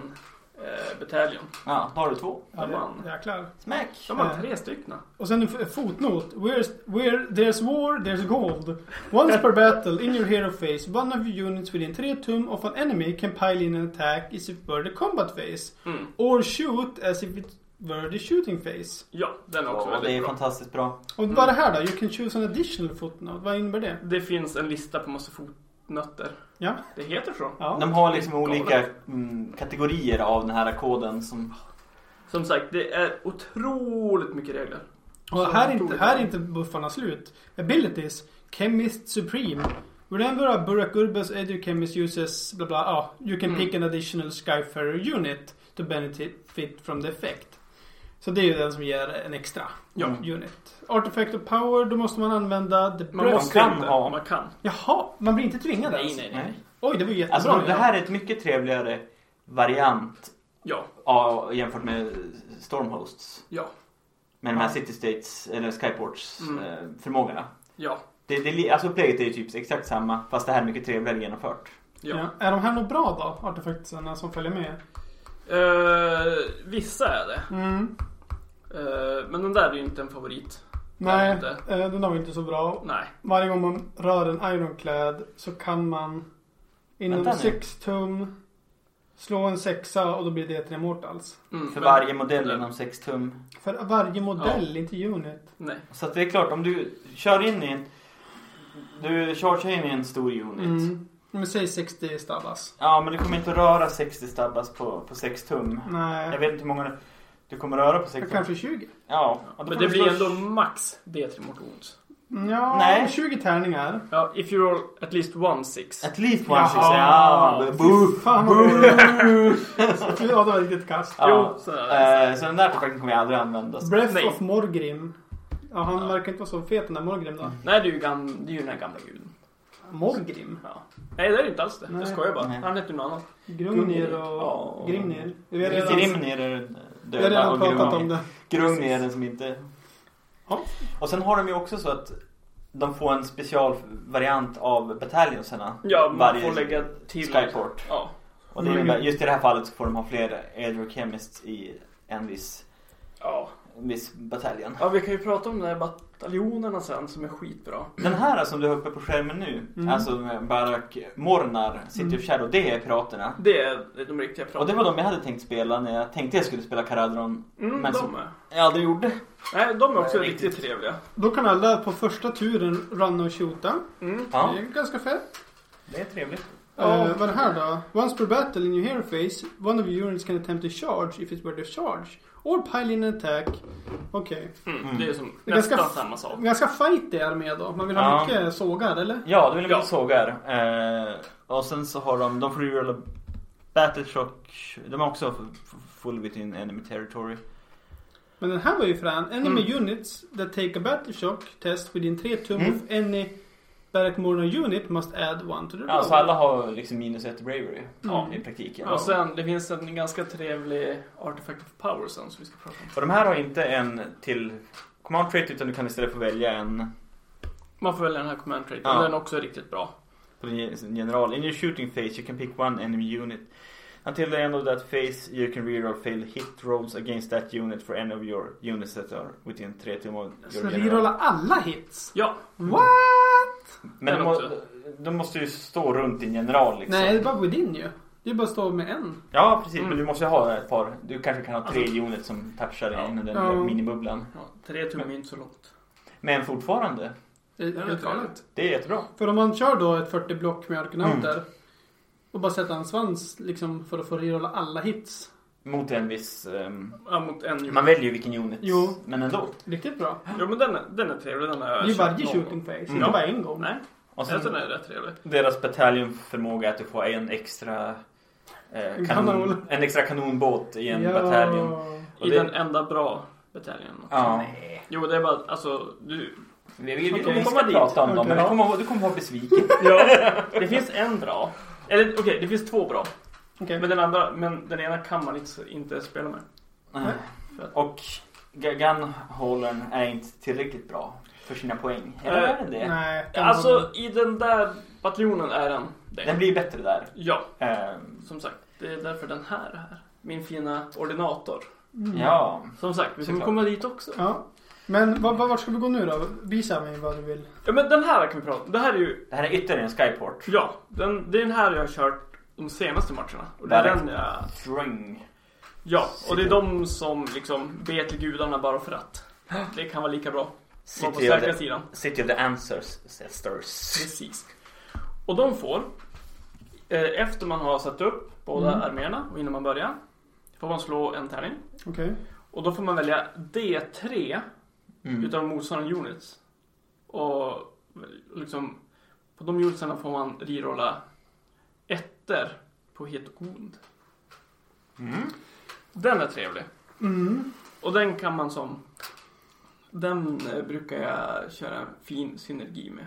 D: eh, bataljon.
B: Ja, då har du två.
E: Ja,
D: man.
E: det, jäklar.
B: Smack!
D: De har
E: Eh.
D: tre stycken.
E: Och sen en f- fotnot. Where's, where there's war, there's gold. Once per battle, in your hero phase, one of your units within 3 tum of an enemy can pile in an attack as if it were the combat phase.
D: Mm.
E: Or shoot as if it were the shooting phase.
D: Ja, den är också
B: Och det är
D: väldigt bra.
B: fantastiskt bra.
E: Och vad är det här då? You can choose an additional footnote. Vad innebär det?
D: Det finns en lista på massa fotnötter.
E: Ja.
D: Det heter så.
E: Ja.
B: De har liksom olika mm, kategorier av den här koden som...
D: Som sagt, det är otroligt mycket regler.
E: Och här är, inte, här är inte buffarna slut. Abilities. Chemist Supreme. Remember a Burak Urbas Edu Chemist uses bla bla. Ah, you can
D: Mm.
E: pick an additional Skyfarer unit to benefit from the effect. Så det är ju den som ger en extra
D: Ja.
E: unit. Artifact of Power, då måste man använda the
D: Man
E: breath-
D: måste
B: kan
D: inte.
B: ha.
D: Man kan.
E: Jaha, man blir inte tvingad ens?
B: Nej.
E: Oj, det var ju jättebra.
B: Alltså de- det här är ett mycket trevligare variant
D: Ja,
B: av, jämfört med Stormhosts.
D: ja,
B: Med de här City States, eller Skyports
D: Mm.
B: eh, förmågorna.
D: ja,
B: Det, det, är li- alltså upplägget är ju typ exakt samma fast det här är mycket trevligare genomfört.
D: ja.
E: Är de här något bra då? Artefakterna som följer med?
D: Eh, vissa är det.
E: Mm.
D: Eh, men den där är ju inte en favorit.
E: Nej,
D: inte.
E: eh, den var ju inte så bra.
D: Nej.
E: Varje gång man rör en Ironclad så kan man inom
B: Vänta nu.
E: 6 tum slå en sexa och då blir det tre mortals.
D: Mm,
B: För
D: men-
B: varje modell inom 6 tum.
E: För varje modell, inte unit.
D: Nej.
B: Så att det är klart, om du kör in i en... Du chargear in i en stor unit.
E: Mm. Men säg 60 stabbas.
B: Ja, men du kommer inte röra 60 stabbas på, på 6 tum. Jag
E: Nej,
B: vet inte hur många du kommer röra på 6 tum.
E: kanske 20.
B: Ja, och då
D: Men
B: får
D: det
B: du
D: blir
B: slå-
D: ändå max D3 mot wounds.
E: Ja,
B: Nej.
E: 20 tärningar.
D: Ja, if you roll at least one six.
B: At least one six.
E: Jaha.
B: Ja, boo!
E: Fan vad det Ja, det var riktigt kast.
B: Ja.
D: Jo, så är det.
B: Eh, så den där artefakten kommer jag aldrig använda.
E: Breath
D: Nej.
E: of Morgrim. Ja, han
D: Ja.
E: verkar inte vara så fet den där Morgrim
B: Mm.
E: då.
D: Nej, det är, ju gam- det är ju den här gamla guden.
E: Morgrim?
D: Ja. Nej, det är det inte alls det.
E: Nej.
D: Jag skojar bara.
B: Nej.
D: Han heter ju något annat.
E: Grungnir
D: Ja.
E: och Grimnir. Vi har redan,
B: Grimnir är den
E: vi har
B: döda
E: redan
B: och
E: pratat om
B: Grungnir.
E: det.
B: Grung är den som inte...
E: Ja.
B: Och sen har de ju också så att de får en specialvariant av bataljonsarna.
D: Ja, man
B: Varje
D: får lägga till...
B: Skyport.
D: Ja.
B: Och det
E: Mm.
B: innebär, just i det här fallet så får de ha fler Elder Chemists i en viss,
D: Ja.
B: en viss bataljon.
D: ja, vi kan ju prata om de här bataljonerna sen som är skitbra.
B: Den här som du har uppe på skärmen nu,
E: Mm.
B: alltså med Barak Mornar, City of Shadow, det är piraterna.
D: Det är de riktiga
B: Och det
D: pratarna.
B: var de jag hade tänkt spela när jag tänkte jag skulle spela Caradron.
D: Mm,
B: men
D: de
B: som-
D: är.
B: Jag aldrig gjorde.
D: Nej, de är också
B: Nej,
D: riktigt.
B: riktigt.
D: trevliga.
E: Då kan alla på första turen runna och shoota.
D: Mm.
E: Det är ganska fett.
B: det är trevligt.
E: Ja. vad är det här då? Once per battle in your hero phase, one of your units can attempt to charge if it's worth a charge. Or pile in an attack. Okej.
D: Mm.
B: Mm.
D: Det är som
E: Det är
D: nästan
E: ganska-
D: samma sak.
E: Ganska fightig armé då. Man vill ha
B: Ja.
E: mycket sågar, eller?
B: Ja, det vill jag
D: Ja.
B: sågar. Eh, och sen så har de, de får ju rulla Battle Shock. De har också f- f- full within enemy territory.
E: Men den här var ju frän. Enemy
D: Mm.
E: units that take a battle shock test within 3 tum
B: Mm.
E: of any Barrack Mornon unit must add one to the roll.
B: Alltså alla har liksom minus ett bravery
E: Ja.
B: i praktiken.
D: Och sen, det finns en ganska trevlig Artifact of Power sen som vi ska prata om.
B: Och de här har inte en till command trait utan du kan istället få välja en
D: Man får välja den här command traiten.
B: Ja.
D: Den är också riktigt bra.
B: på din sin general. In your shooting phase you can pick one enemy unit. Until the end of that phase you can reroll failed hit rolls against that unit for any of your units that are within 3 tum of
E: Ska
B: your
E: vi
B: general.
E: rolla alla hits?
D: Ja,
E: What?
B: Men de,
D: Den
B: må,
D: också.
B: de måste ju stå runt din general liksom.
E: Nej, det är bara within ju. Det är bara att stå med en.
B: Ja precis,
D: Mm. Alltså-
B: men du måste ju ha ett par. Du kanske kan ha tre units som touchar dig
D: Ja.
B: inom den
E: Ja.
B: där minibubblan.
D: ja tre tum är inte så långt.
B: Men fortfarande,
E: Det är
D: Ja,
E: helt
D: det är
E: galet.
B: det är jättebra.
E: För om man kör då ett 40 block med
B: Mm.
E: arkonauter och bara sätter en svans liksom för att få rerolla alla hits.
B: Mot en viss... ehm,
D: Ja, mot en
B: man väljer ju vilken unit,
E: Jo.
B: men ändå.
E: Riktigt bra.
D: Jo men den är, den är trevlig. Den är
E: Det är ju varje shooting phase, inte
B: Ja.
E: bara en gång.
D: Nej,
B: Och
D: jag tror
B: sen,
D: den är rätt trevlig.
B: deras bataljonförmåga är att du får en extra... Eh,
E: En
B: kanon,
E: kanon.
B: en extra kanonbåt i en bataljon. Och
D: I
B: det-
D: den enda bra bataljen. också.
B: Ja.
D: Jo, det är bara alltså, du...
B: Vi, vi, vi,
E: kommer
B: vi
E: komma
B: ska
E: dit.
B: prata om dem,
E: Okej.
B: men du kommer, du kommer vara besviken.
D: Ja, det finns en bra. Eller okej, det finns två bra.
E: Okej.
D: Men den andra, men den ena kan man inte, inte spela med.
B: Nej. Och Ga- Gunholdern är inte tillräckligt bra för sina poäng. Eller
D: Eh,
B: är den det?
E: Nej. kan man-
D: Alltså, i den där bataljonen är den
B: Den
D: det.
B: blir bättre där.
D: Ja,
B: Ehm,
D: som sagt. Det är därför den här är här. Min fina ordinator.
E: Mm.
B: Ja.
D: Som sagt, vi kommer
B: Såklart.
D: komma dit också.
E: Ja. Men vad- vad- vart ska vi gå nu då? Visa mig vad du vill.
D: Ja, men den här kan vi prata om. Det här är ju
B: Det här är ytterligare en skyport.
D: Ja, den, det är den här jag har kört de senaste matcherna. Och det är
B: Direkt.
D: den jag,
B: String.
D: ja, och det är de som liksom ber till gudarna bara för att. Det kan vara lika bra. Vara på
B: City of,
D: säkra
B: the,
D: sidan.
B: City of the Answers Sisters.
D: Precis. Och de får, eh, efter man har satt upp båda
E: Mm.
D: arméerna och innan man börjar, får man slå en tärning.
E: Okej.
D: Och då får man välja D3
B: Mm.
D: utav motståndande units. Och liksom, på de unitsarna får man rerolla ettor på het och ond.
B: Mm.
D: Den är trevlig.
E: Mm.
D: Och den kan man som... Den eh, brukar jag köra en fin synergi med.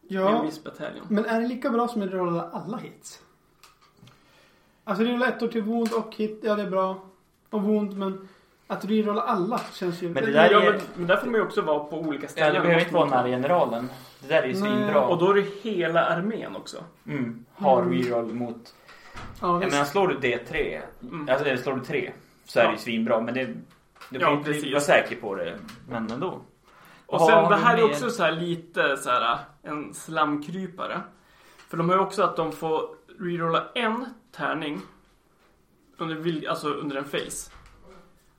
D: Med en
E: Ja.
D: viss bataljon.
E: Men är det lika bra som att rerolla alla hits? Alltså rerolla ettor till wound och hit, ja det är bra. Och wound, men att rerolla alla känns ju...
B: Men det där
D: Ja,
B: är-
D: men, men där får man ju också vara på olika
B: Ja,
D: ställen.
B: det behöver inte vara nära generalen. Det där är ju
E: Nej.
B: svinbra.
D: Och då är det hela armén också.
B: Mm. Har
E: Mm.
B: reroll mot...
E: Ja,
B: Jag
E: visst.
B: menar, slår du D3,
D: Mm.
B: alltså eller slår du 3, så är det ju svinbra. Men det... Du
D: Ja,
B: kan ju inte
D: precis.
B: vara säker på det. Men ändå.
D: Och
B: Vad
D: sen
B: har
D: det
B: vi
D: här är
B: mer?
D: också så här lite så här en slamkrypare. För de har ju också att de får rerolla en tärning under, vil- alltså under en face.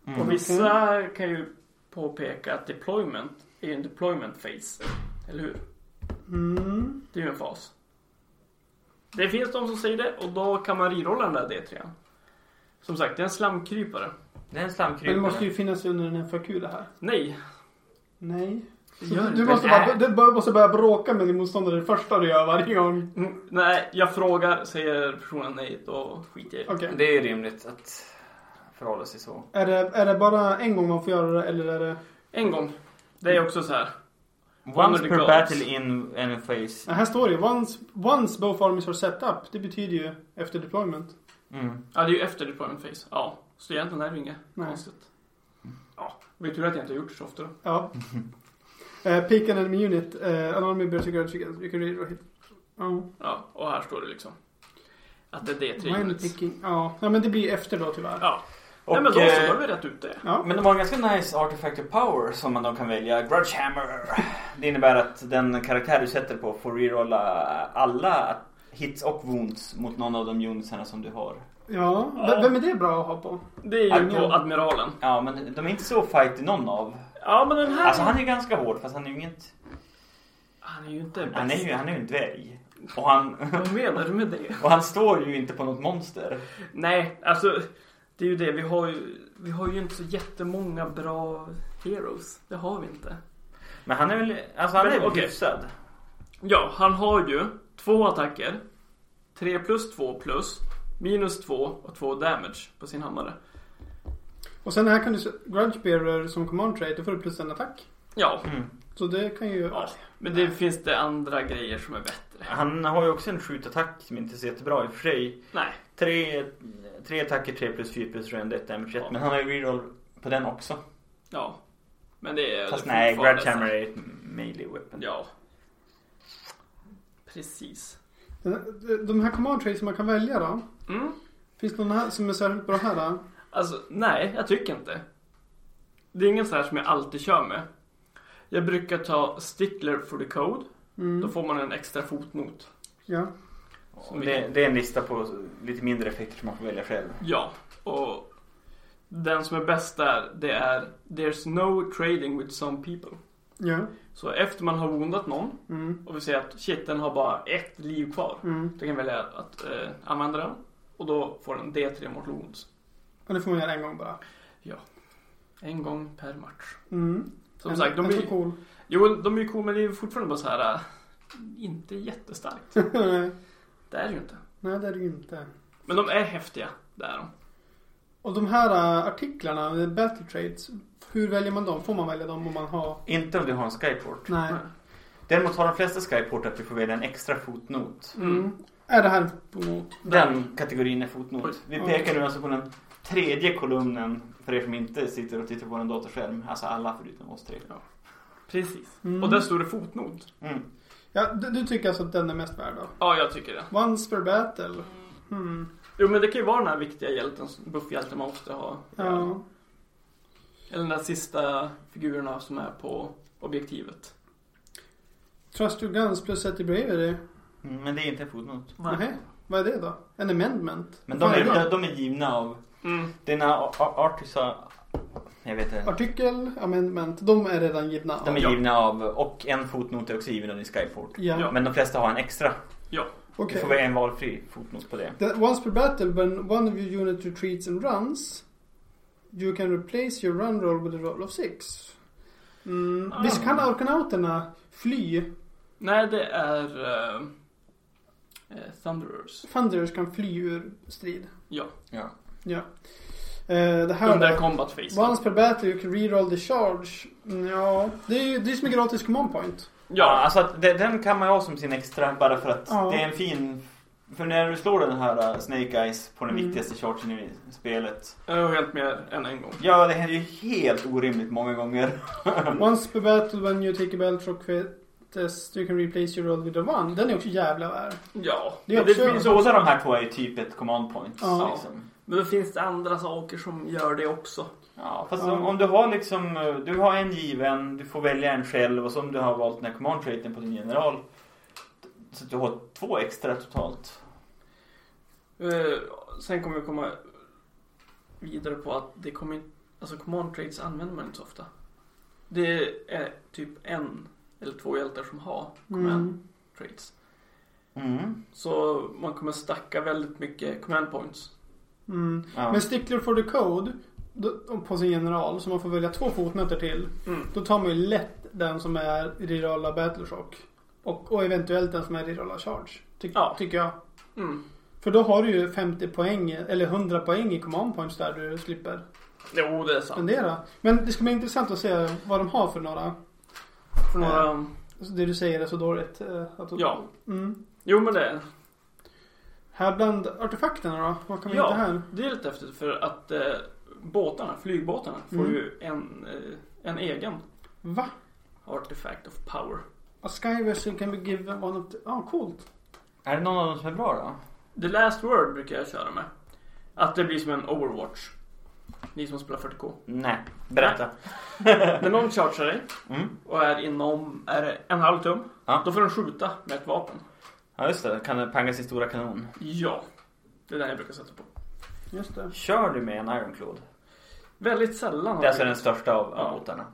B: Mm.
D: Och vissa kan ju påpeka att deployment är ju en deployment face. Eller hur?
E: Mm.
D: Det är ju en fas. Det finns de som säger det och då kan man rerolla den där D3. Som sagt, det är en slamkrypare.
B: Det är en
E: Men det måste
B: slamkrypare.
E: ju finnas under den här FAQ det här.
D: Nej,
E: Nej.
D: det
E: Så
D: gör
E: du,
D: det
E: du, måste
B: Men-
E: bara, du bör- måste börja bråka med din motståndare det första du gör varje gång.
D: Mm, Nej, jag frågar, säger personen nej, då skiter jag i det.
E: Okej.
B: Det är ju rimligt att förhålla sig så.
E: Är, det, är det bara en gång man får göra det eller är det...
D: En gång. Det är också så här.
B: Once
D: of the
B: per
D: gods.
B: battle in any phase.
E: Ja, här står det ju once, once both armies are set up. Det betyder ju efter deployment.
B: Mm.
D: Ja, det är ju efter deployment face. Ja, så egentligen är det ju inget
E: Nej.
D: konstigt. Ja, det är tur att jag inte har gjort det så ofta då.
E: Ja. uh, pick an enemy unit. Uh, an army bears a grudge against. You can read or hit. Ja.
D: Ja, och här står det liksom. Att det är
E: Mind
D: det trivet.
E: picking. Ja. ja, men det blir efter då tyvärr.
D: Ja.
B: Och,
D: Nej men då så
B: eh,
D: var vi rätt ute.
E: Ja.
B: Men de har en ganska nice artifact of power som man då kan välja. Grudge Hammer. Det innebär att den karaktär du sätter på får rerolla alla hits och wounds mot någon av de unitsarna som du har.
E: ja. V- Vem är det bra att ha på?
D: Det är ju
B: Admiral.
D: på Admiralen.
B: Ja, men de är inte så fight i någon av.
D: Ja men den här...
B: Alltså han är ganska hård fast han är ju inget...
D: han är ju inte bäst.
B: Han är ju, han är ju en dvärg. Och han,
D: Vad menar du med det?
B: och han står ju inte på något monster.
D: Nej, alltså. Det är ju det. Vi har ju, vi har ju inte så jättemånga bra heroes. Det har vi inte.
B: Men han är väl, alltså han
D: Men,
B: är väl
D: okej.
B: hyfsad.
D: Ja, han har ju två attacker. 3 plus 2 plus. Minus 2 och 2 damage på sin hammare.
E: Och sen här kan du se Grudge Bearer som command trade. Då får du plus en attack.
D: Ja,
B: Mm.
E: Så det kan ju...
D: ja. men det finns det andra grejer som är bättre.
B: Han har ju också en skjutattack som inte är så jättebra i och för sig.
D: Nej,
B: Tre, tre attacker, tre plus fyra plus rend, ett damage, ett. Men han har ju reroll på den också.
D: ja. Men det är...
B: Fast
D: det är
B: nej,
D: fortfarande
B: Grudgehammer
D: så-
B: är ett melee weapon.
D: Ja. Precis.
E: Den- De här command trades som man kan välja då.
D: Mm.
E: Finns det någon här som är särskilt bra här? Då?
D: Alltså, nej, jag tycker inte. Det är ingen sån här som jag alltid kör med. Jag brukar ta Stickler for the Code.
B: Mm.
D: Då får man en extra fotnot.
E: Mm. Ja.
B: Och Det, det är en lista på lite mindre effekter som man får välja själv.
D: Ja, och den som är bäst där, det är There's no trading with some people.
E: Ja.
D: Så efter man har woundat någon
E: Mm.
D: och vi ser att shit, den har bara ett liv kvar.
E: Mm.
D: Då kan jag välja att eh, använda den och då får den D3 mot wounds.
E: Och det får man göra en gång bara.
D: En gång per match.
E: Mm.
D: Som
E: Den-
D: sagt, de
E: den
D: är
E: är
D: ju
E: så cool.
D: Jo, de är ju coola men det är ju fortfarande bara så här äh, inte jättestarkt.
E: Nej,
D: Det är det ju inte.
E: Nej, det är det ju inte.
D: Men de är häftiga, det är de.
E: Och de här äh, artiklarna, eh, Battle Trades. Hur väljer man dem? Får man välja dem om man har?
B: Inte om du har en skyport.
E: Nej.
B: Däremot har de flesta skyport att du får välja en extra fotnot.
E: Mm. Är det här på...
B: Den kategorin är fotnot. Vi
E: Okej.
B: pekar nu alltså på den tredje kolumnen för er som inte sitter och tittar på en datorskärm. Alltså alla förutom oss tre.
D: Precis.
E: Mm.
D: Och där står det fotnot.
B: Mm.
E: Ja, du, du tycker alltså att den är mest värd då?
D: Ja, jag tycker det.
E: Once per battle. Mm.
D: Jo, men det kan ju vara den här viktiga hjälten, buffhjälten man måste ha.
E: Ja.
D: Eller de där sista figurerna som är på objektivet.
E: Trust your guns plus set your bravery.
B: Mm, Men det är inte en fotnot.
E: Nej. Vad är det då? En amendment?
B: Men de
E: Vad
B: är,
E: det?
B: de, de är givna av
D: Mm.
B: dina a- a- artisa... Jag vet inte.
E: Artikel, amendment. De är redan givna.
B: De är
D: Ja.
B: givna av, och en fotnot är också given av din skyport.
E: Ja.
D: Ja.
B: Men de flesta har en extra.
D: Ja.
E: Okej.
B: Du får välja en valfri fotnot på det.
E: That once per battle, when one of your unit retreats and runs, you can replace your run roll with a roll of six. Mm.
D: Ah.
E: Visst kan arkonauterna fly?
D: Nej, det är eh, eh, Thunderers.
E: Thunderers kan fly ur strid.
D: Ja,
B: Ja.
E: Ja. Eh, det här
D: under
E: då.
D: combat phase.
E: Once per battle you can reroll the charge. Mm, ja, det är ju det är som en gratis command point.
B: Ja,
D: Ja,
B: alltså att det, den kan man ju ha som sin extra bara för att
E: Ja.
B: det är en fin... För när du slår den här äh, Snake Eyes på den
E: Mm.
B: viktigaste chargen i spelet.
D: jag har hänt mer än en gång.
B: Ja, det händer ju helt orimligt många gånger.
E: Once per battle when you take a battle from test you can replace your roll with a one. Den är också jävla värd.
D: Ja,
E: Det är
D: men det
E: också-
D: finns ju
B: Båda de här två är ju typ ett command point.
E: Ja.
B: Liksom.
D: Men då finns det andra saker som gör det också.
B: Ja, fast
E: Ja.
B: Om, om du har liksom... eh, Du har en given, du får välja en själv och så om du har valt den här command traiten på din general. Så att du har två extra totalt.
D: Eh, sen kommer vi komma vidare på att det kommer inte... Alltså command trades använder man inte så ofta. Det är typ en eller två hjältar som har
E: Mm.
D: command trades.
B: Mm.
D: Så man kommer stacka väldigt mycket command points.
E: Mm.
B: Ja.
E: Men stickler for the code då- på sin general som man får välja två fotnötter till.
D: Mm.
E: Då tar man ju lätt den som är rerolla battleshock. Och, och eventuellt den som är rerolla charge. Ty,
D: Ja.
E: Tycker jag.
D: Mm.
E: För då har du ju 50 poäng eller 100 poäng i command points där du slipper
D: Jo, det är sant.
E: spendera. Men det ska bli intressant att se vad de har för några. Alltså
D: För några...
E: Det du säger är så dåligt. eh, Att
D: Ja.
E: Mm.
D: Jo, men det,
E: Här bland artefakterna då? Vad kan vi
D: Ja.
E: hitta här?
D: det är lite häftigt för att eh, båtarna, flygbåtarna, får
E: Mm.
D: ju en, eh, en egen
E: Va?
D: artifact of power.
E: A sky vessel can be given one of the... Ja, ah, coolt.
B: Är det någon av dem som är bra då?
D: The Last Word brukar jag köra med. Att det blir som en Overwatch. Ni som spelar 40K.
B: Nej, berätta.
D: När någon chargear dig
B: Mm.
D: och är inom är det en halv tum,
B: Ja.
D: då får den skjuta med ett vapen.
B: Ja just det, kan panga sin stora kanon.
D: Ja, det är den jag brukar sätta på.
E: Just det.
B: Kör du med en Ironclad?
D: Väldigt sällan. har
B: Det är alltså
D: jag-
B: den största av, av
D: Ja.
B: båtarna.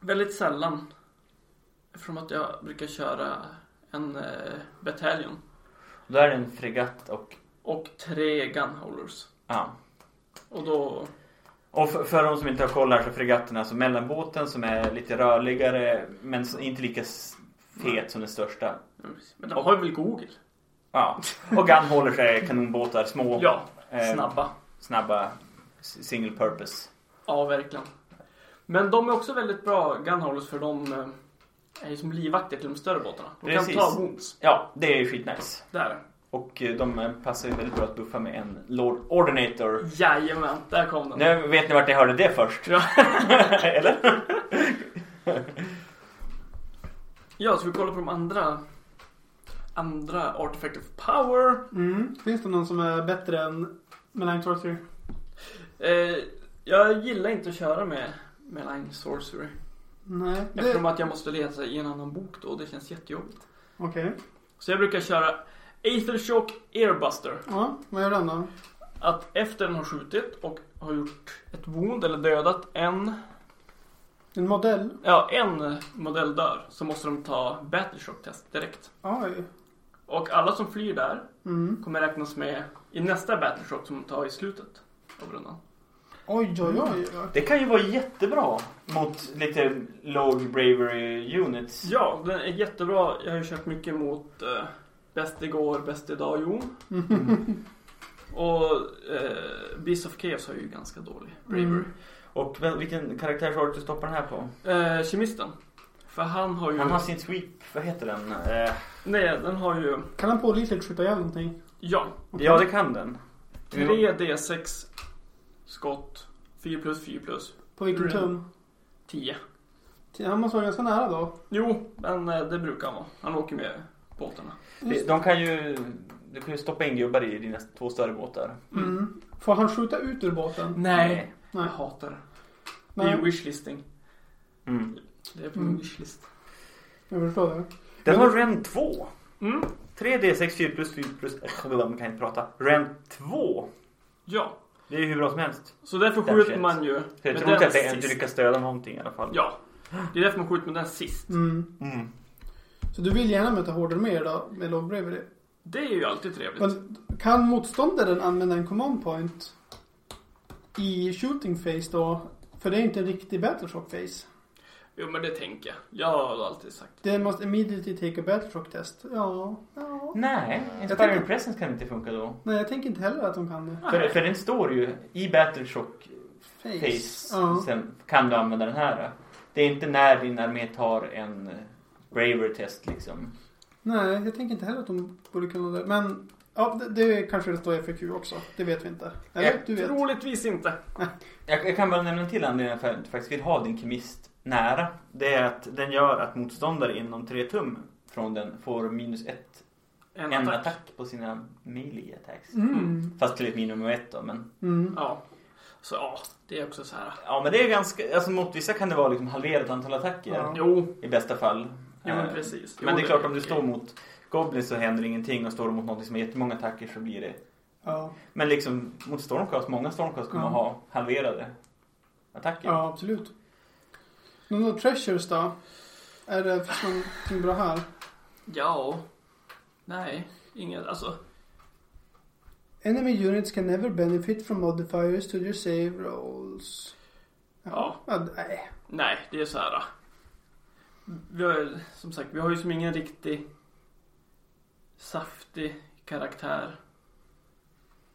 D: Väldigt sällan. Eftersom att jag brukar köra en eh, bataljon
B: Då är det en fregatt och...
D: och tre gunholders.
B: Ja.
D: Och då...
B: Och för, för de som inte har koll här så fregatten är alltså mellanbåten som är lite rörligare men så- inte lika s- fet som den största.
D: Men de har ju väl Google?
B: Ja. Och gun håller sig kanonbåtar, små,
D: Ja,
B: eh,
D: snabba.
B: snabba, s- single purpose.
D: Ja, verkligen. Men de är också väldigt bra gunholders för de eh, är ju som livvakter till de större båtarna. De
B: Precis.
D: kan ta wounds.
B: Ja, det är ju skitnice.
D: Där.
B: Och eh, de eh, passar ju väldigt bra att buffa med en Lord Ordinator.
D: Jajamän, där kom den.
B: Nu vet ni vart jag hörde det först.
D: Ja.
B: Eller?
D: Ja, så vi kollar på de andra... Andra Artifact of Power.
E: Mm. Finns det någon som är bättre än Malign Sorcery?
D: Eh, jag gillar inte att köra med Malign Sorcery.
E: Nej.
D: Eftersom
E: Det...
D: att jag måste läsa i en annan bok då och det känns jättejobbigt.
E: Okej.
D: Så jag brukar köra Aethelshock Airbuster.
E: Ja, vad gör den då?
D: Att efter den har skjutit och har gjort ett wound eller dödat en
E: En modell?
D: Ja, en modell dör så måste de ta Battleshock test direkt.
E: Oj.
D: Och alla som flyr där
E: Mm.
D: kommer räknas med i nästa Battleshock som de tar i slutet av rundan.
E: Oj, oj, oj. oj.
B: Det kan ju vara jättebra mot lite låg bravery units.
D: Ja, den är jättebra. Jag har ju kört mycket mot eh, Bäst igår, bäst idag Jon. Och eh, Beast of Chaos har ju ganska dålig bravery.
B: Och väl- vilken karaktär har du stoppat den här på?
D: Eh, kemisten. För han har ju...
B: Han har sin sweep, vad heter den? Eh,
D: Nej, den har ju...
E: Kan han pålitligt skjuta ihjäl någonting?
D: Ja.
B: ja, det kan den.
D: 3D6 skott. 4 plus 4 plus
E: På vilken
D: Hur är
E: tum?
D: 10.
E: Han måste vara ganska nära då.
D: Jo, men eh, det brukar han vara. Han åker med båtarna.
E: Just.
B: De kan ju... Du kan ju stoppa in gubbar i dina två större båtar.
E: Mm. Får han skjuta ut ur båten?
D: Nej.
E: Nej.
D: Jag hatar det. Det är ju
E: Nej,
D: wishlisting.
B: Mm.
D: Det är på
E: Mm.
D: min wishlist.
E: jag förstår det.
B: Den har Ren 2.
D: Mm.
B: 3D6, 4 plus 4 plus... Äh, man kan inte prata. Ren 2.
D: Ja,
B: Det är ju hur bra som helst.
D: så därför
B: Där
D: skjuter
B: finns.
D: man ju
B: Så jag
D: med
B: tror inte att det
D: sist.
B: är- du lyckas döda någonting i alla fall.
D: Ja, det är därför man skjuter med den sist.
E: Mm.
B: Mm.
E: Så du vill gärna möta hårdare mer då med låg bravery?
D: Det är ju alltid trevligt.
E: Men kan motståndaren använda en command point i shooting phase då? För det är inte en riktig battleshock phase.
D: Jo, men det tänker jag. Jag har alltid sagt.
E: Det måste immediately take a battleshock test. Ja, ja.
B: Nej,
E: Jag
B: Inspiring
E: tänker-
B: Presence kan inte funka då.
E: Nej, jag tänker inte heller att de kan det.
B: För, för den står ju i Battleshock Face.
E: Ja.
B: Sen kan du använda den här. Det är inte när din armé tar en eh, braver test liksom.
E: Nej, jag tänker inte heller att de borde kunna det. Men ja, det, det kanske det står i FAQ också. Det vet vi inte. Eller?
B: Jag
E: Du vet.
D: Troligtvis inte.
B: Jag, jag kan bara nämna en till anledning för att jag faktiskt vill ha din kemist nära. Det är att den gör att motståndare inom tre tum från den får minus ett
D: En,
B: en,
D: attack.
B: attack. på sina melee attacks.
E: Mm.
B: Fast till ett minimum av ett då. Men,
E: Mm.
D: Ja. Så ja, det är också så här.
B: ja men det är ganska, alltså mot vissa kan det vara liksom halverat antal attacker
E: Ja.
D: Jo,
B: i bästa fall.
D: ja,
B: Eh,
D: men precis. Jo,
B: Men det är klart om du
D: okej.
B: står mot Goblins så händer ingenting och står du mot någonting som har jättemånga attacker så blir det
E: Ja.
B: Men liksom mot Stormcast, många Stormcast kommer
E: Ja.
B: att ha halverade attacker.
E: ja, absolut. Några treasures då? Är det finns någonting bra här?
D: Ja. Nej, inget. Alltså,
E: Enemy units can never benefit from modifiers to their save rolls.
D: Ja.
E: nej.
D: Nej, det är så här. Vi har, ju- som sagt, vi har ju som ingen riktig saftig karaktär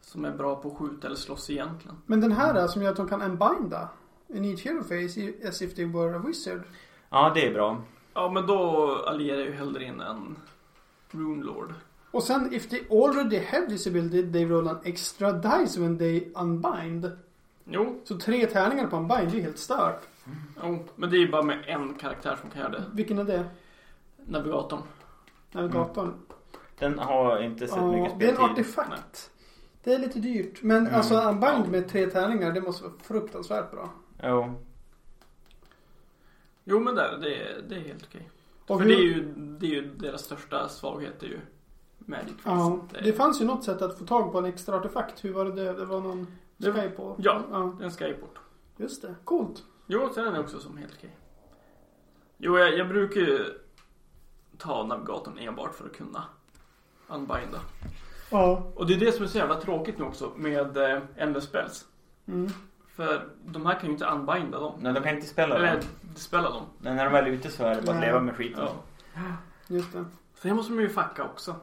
D: som är bra på att skjuta eller slåss egentligen.
E: Men den här är som gör att de kan unbinda. In each hero phase i- as if they were a wizard.
B: Ja, det är bra.
D: Ja, men då allierar jag ju hellre in en Rune Lord.
E: Och sen if they already have this ability they roll an extra dice when they unbind.
D: Jo,
E: Så tre tärningar på unbind, det är helt stört.
D: jo, men det är ju bara med en karaktär som kan göra det.
E: Vilken är det?
D: Navigatorn.
E: Navigatorn.
B: Den har jag inte sett mycket
E: Ja, det är en
B: speltid.
E: artefakt. Det är lite dyrt. Men
B: Mm.
E: alltså unbound
D: Ja.
E: med tre tärningar, det måste vara fruktansvärt bra.
B: Jo.
D: Jo men där, det, är- det är helt okej.
E: Och hur-
D: För det är, ju, det är ju deras största svaghet, det är ju Magic Fest.
E: Ja,
D: Det-
E: det fanns ju något sätt att få tag på en extra artefakt. Hur var det det? Det var någon
D: Det-
E: sky på?
D: Ja. Den ska ju bort.
E: Just det, coolt.
D: Jo, så är den också som helt okej. Jo, jag, jag brukar ju ta navigatorn enbart för att kunna unbinda.
E: Ja.
D: Och det är det som är så jävla tråkigt nu också med eh, Endless Spells.
E: Mm.
D: För de här kan ju inte unbinda dem.
B: Nej, de kan inte spela
D: Eller
B: den.
D: spela dem.
B: Nej, när de väl är ute så är det bara att
E: Nej.
B: leva med skiten.
D: Ja.
E: Just det.
D: Så det måste man ju facka också,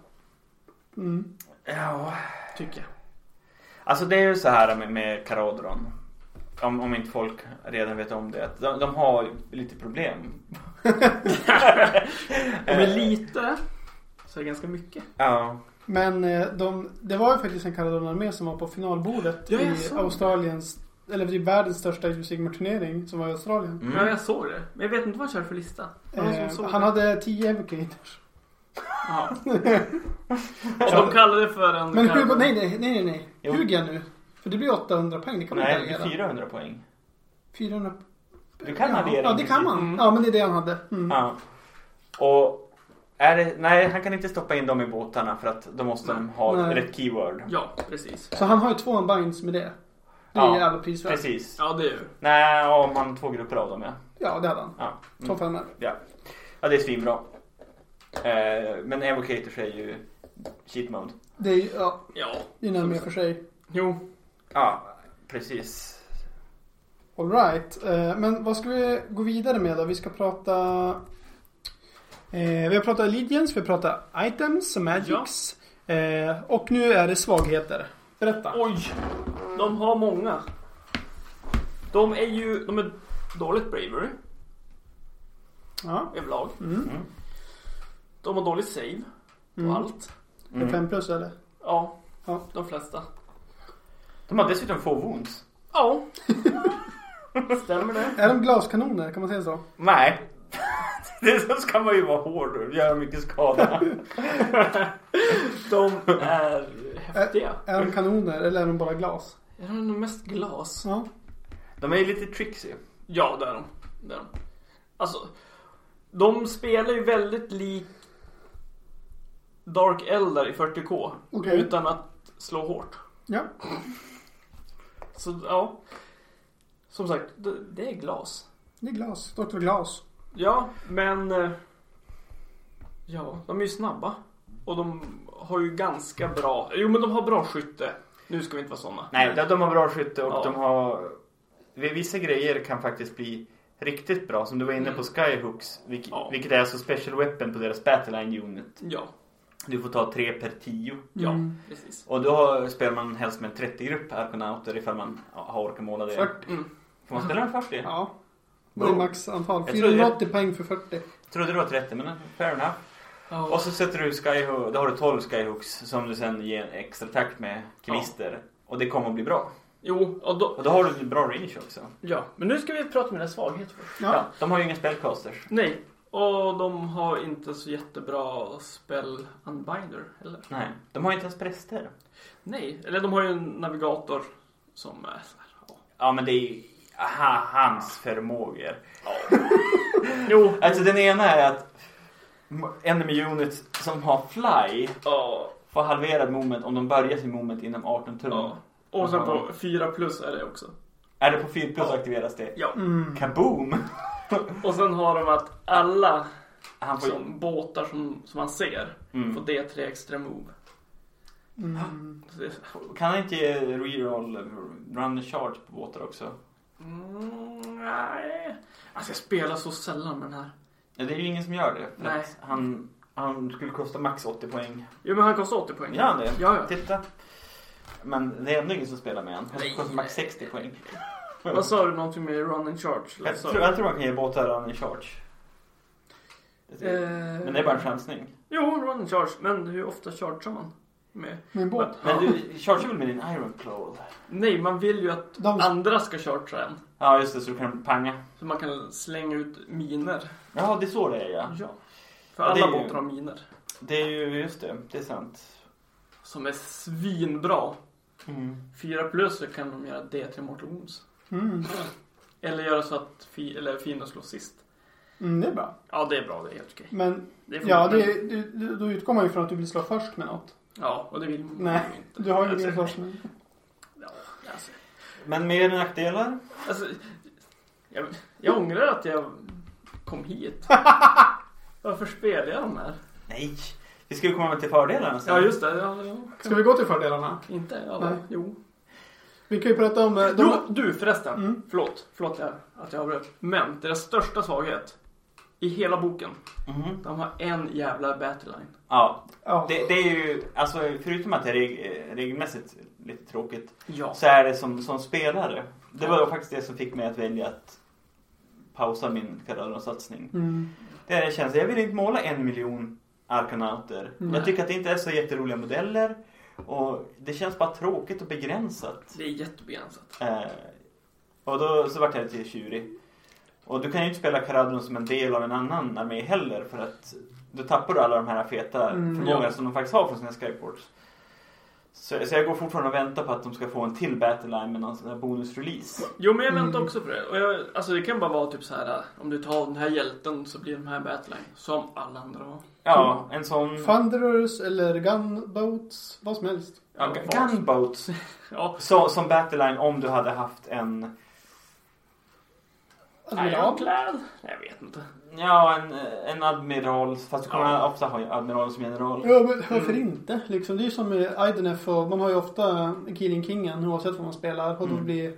E: Mm.
B: Ja.
D: tycker jag.
B: Alltså det är ju så här med, med Karadron. Om, om inte folk redan vet om det. att De, de har ju lite problem.
D: Om det är lite så är det ganska mycket.
B: Ja.
E: Men eh, de, det var ju faktiskt en Caradon-armé som var på finalbordet
D: Ja, jag
E: i
D: såg det.
E: Australiens, eller typ världens största Sigmar-turnering som var i Australien.
D: Ja,
B: Mm.
D: jag såg det. Men jag vet inte vad han körde för lista. Var det någon som
E: Eh,
D: såg
E: han
D: det?
E: hade 10 evocators.
D: Ja. Och de kallade det för en...
E: Men
D: kar-
E: sju, nej, nej, nej, nej.
B: Jo.
E: Ljug jag nu? För det blir 800 poäng, det kan man
B: Nej,
E: inte
B: det
E: addera.
B: är 400 poäng.
E: 400.
B: Du kan addera.
E: Ja, det kan man.
D: Mm.
E: Ja, men det är det han hade. Mm.
B: Ja. Och är det, nej, han kan inte stoppa in dem i båtarna för att då måste de ha
E: Nej.
B: rätt keyword.
D: Ja, precis.
E: Så han har ju två unbinds med det. Det är
B: Ja,
E: ju jävla prisvärt.
B: Precis.
D: Ja, det är ju...
B: Nej, om man två grupper av dem ja.
E: Ja, det hade han.
B: Ja,
E: Två
B: Mm.
E: femmor.
B: ja det är svinbra. Eh, men Evocators är ju cheat mode.
E: Det är ju, ja,
D: Ja.
E: det är närmare för sig.
D: Jo.
B: Ja, precis.
E: Alright. Eh, men vad ska vi gå vidare med då? Vi ska prata... Eh, vi har pratat allegiance, vi har pratat items, magics. Eh, och nu är det svagheter. Berätta.
D: Oj! De har många. De är ju... De är dåligt bravery
E: Ja.
D: överlag.
E: Mm.
B: Mm.
D: De har dåligt save och
E: Mm.
D: allt.
E: Det är fem plus eller?
D: Ja.
E: Ja.
D: De flesta.
B: De har dessutom få wounds.
D: Ja. Stämmer det?
E: Är de glaskanoner? Kan man säga så?
B: Nej. Det så ska man ju vara hård och göra mycket skada.
D: De är häftiga.
E: Är de kanoner eller är de bara glas?
D: Är de nog mest glas?
E: Ja.
B: De är ju lite tricksy.
D: Ja, det är de. Det är de. Alltså, de spelar ju väldigt lik Dark Elder i 40K.
E: Okej.
D: Utan att slå hårt.
E: Ja.
D: Så ja. Som sagt, det, det är glas.
E: Det är glas. Dr. Glas.
D: Ja, men... eh, Ja, de är ju snabba. Och de har ju ganska bra... Jo, men de har bra skytte. Nu ska vi inte vara såna.
B: Nej, de har bra skytte och
D: Ja.
B: de har... Vissa grejer kan faktiskt bli riktigt bra. Som du var inne på Skyhooks. Vilket,
D: Ja.
B: vilket är alltså special weapon på deras Battleline unit.
D: Ja,
B: Du får ta 3 per 10.
D: ja,
E: Mm.
D: precis.
B: Och då har- spelar man helst med en 30-grupp Arkonauter ifall man ja, har orkat måla det.
E: 40.
D: Mm.
B: Får man spela med 40?
E: Ja. Det är
B: Wow.
E: maxantal.
B: Jag tror det-
E: 480 poäng för 40.
B: Trodde det var 30 men fair enough.
D: Ja,
B: Och så sätter du skyhook, då har du 12 skyhooks som du sen ger en extra takt med kvister. Och det kommer att bli bra.
D: jo, och då,
B: Och då har du en bra range också.
D: ja. Men nu ska vi prata med deras svaghet först.
E: Ja.
B: Ja, de har ju inga spellcasters.
D: Nej, och de har inte så jättebra spell unbinder heller.
B: Nej, de har inte ens präster.
D: Nej, eller de har ju en navigator som är så här, ja.
B: Ja men det är ju aha, hans förmågor.
D: Jo,
B: Alltså den ena är att enemy units som har fly
D: ja.
B: får halverad moment om de börjar sin moment inom 18 tum.
D: ja. Och sen på 4 plus är det också.
B: Är det på 4 plus aktiveras det.
D: Ja.
E: Mm.
B: Kaboom!
D: Och sen har de att alla
B: Han får
D: som, båtar som, som man ser
B: Mm.
D: får D3 extra move.
E: Mm.
D: Så det är så här,
B: Kan han inte ge reroll run charge på båtar också?
D: Mm, nej. Alltså jag spelar så sällan med den här.
B: Ja, det är ju ingen som gör det. För
D: Nej.
B: att han, han skulle kosta max 80 poäng.
D: Jo men han kostar 80 poäng.
B: Gör han det?
D: Ja, ja.
B: Titta. Men det är ändå ingen som spelar med han. Han
D: Nej.
B: kostar max 60 poäng.
D: Vad sa du någonting med run and charge? Eller
B: Jag
D: sa
B: tror,
D: du?
B: jag tror man kan ge båtar run in charge.
D: Eh.
B: Men det är bara en chansning.
D: Jo, run and charge. Men hur ofta chargear man? Med?
E: Med en båt.
B: Men du chargear väl med din iron claw?
D: Nej, man vill ju att
E: De,
D: andra ska chargea en.
B: Ja just det, så du kan panga.
D: Så man kan slänga ut miner.
B: Ja, det är så det är ja.
D: Ja. För
B: Ja, det
D: alla
B: är ju-
D: båtar har miner.
B: Det är ju, just det, det är sant.
D: Som är svinbra.
B: Mm.
D: 4 plus så kan de göra D till Mortal Wounds.
E: Mm.
D: Eller göra så att fi, eller fienden slår sist.
E: Mm, det är bra.
D: Ja, det är bra. Det är helt okej.
E: Men
D: Det är
E: ja,
D: förmodligen-
E: det, är- du, du, då utgår man ju från att du vill slå först med något.
D: Ja, och det vill man
E: Nej,
D: ju inte.
E: Du har ju
D: Alltså,
E: din först med.
D: ja, alltså,
B: Men mer nackdelar?
D: alltså, jag, jag ångrar att jag kom hit. Varför spelar jag de här?
B: Nej. Vi ska ju komma till fördelarna sen.
D: Ja, just det. Ja, ja,
E: Ska vi gå till fördelarna?
D: Inte alla.
E: Nej.
D: Jo.
E: Vi kan ju prata om... eh, De,
D: jo, du förresten.
E: Mm.
D: Förlåt, förlåt jag, att jag avbröt. Men deras största svaghet i hela boken.
B: Mhm.
D: De har en jävla battleline.
B: Ja,
E: ja.
B: det, det är ju, alltså förutom att det är reg- eh, regelmässigt lite tråkigt,
D: Ja.
B: så är det som, som spelare. Det var ju faktiskt det som fick mig att välja att pausa min Karadron-satsning.
E: Mm.
B: Det är känslan, jag vill inte måla en miljon Arkanauter.
D: Nej.
B: Jag tycker att det inte är så jätteroliga modeller och det känns bara tråkigt och begränsat.
D: Det är jättebegränsat.
B: Eh, och då så vart jag lite tjurig. Och du kan ju inte spela Karadron som en del av en annan armé heller för att då tappar du alla de här feta
E: Mm.
B: förmågorna
D: Ja.
B: som de faktiskt har från sina skyports. Så, så jag går fortfarande och väntar på att de ska få en till Battleline med någon sån här bonusrelease.
D: Jo, men jag väntar
E: Mm.
D: också på det. Och jag, alltså, det kan bara vara typ så här. äh, Om du tar den här hjälten så blir de här battleline. Som alla andra har.
B: Ja, en sån...
E: Thunderers eller Gunboats, vad som helst.
B: Ja, gu- gunboats.
D: Ja.
B: Så, som Battleline om du hade haft en...
E: Admiral.
D: Ironclad? Jag vet inte.
B: Ja, en, en admiral. Fast du kommer
D: Ja.
B: ofta ha admiral som general.
E: Ja, men varför inte? Liksom, det är ju som med Idenef och man har ju ofta Killing Kingen oavsett vad man spelar. Och då
B: Mm.
E: blir,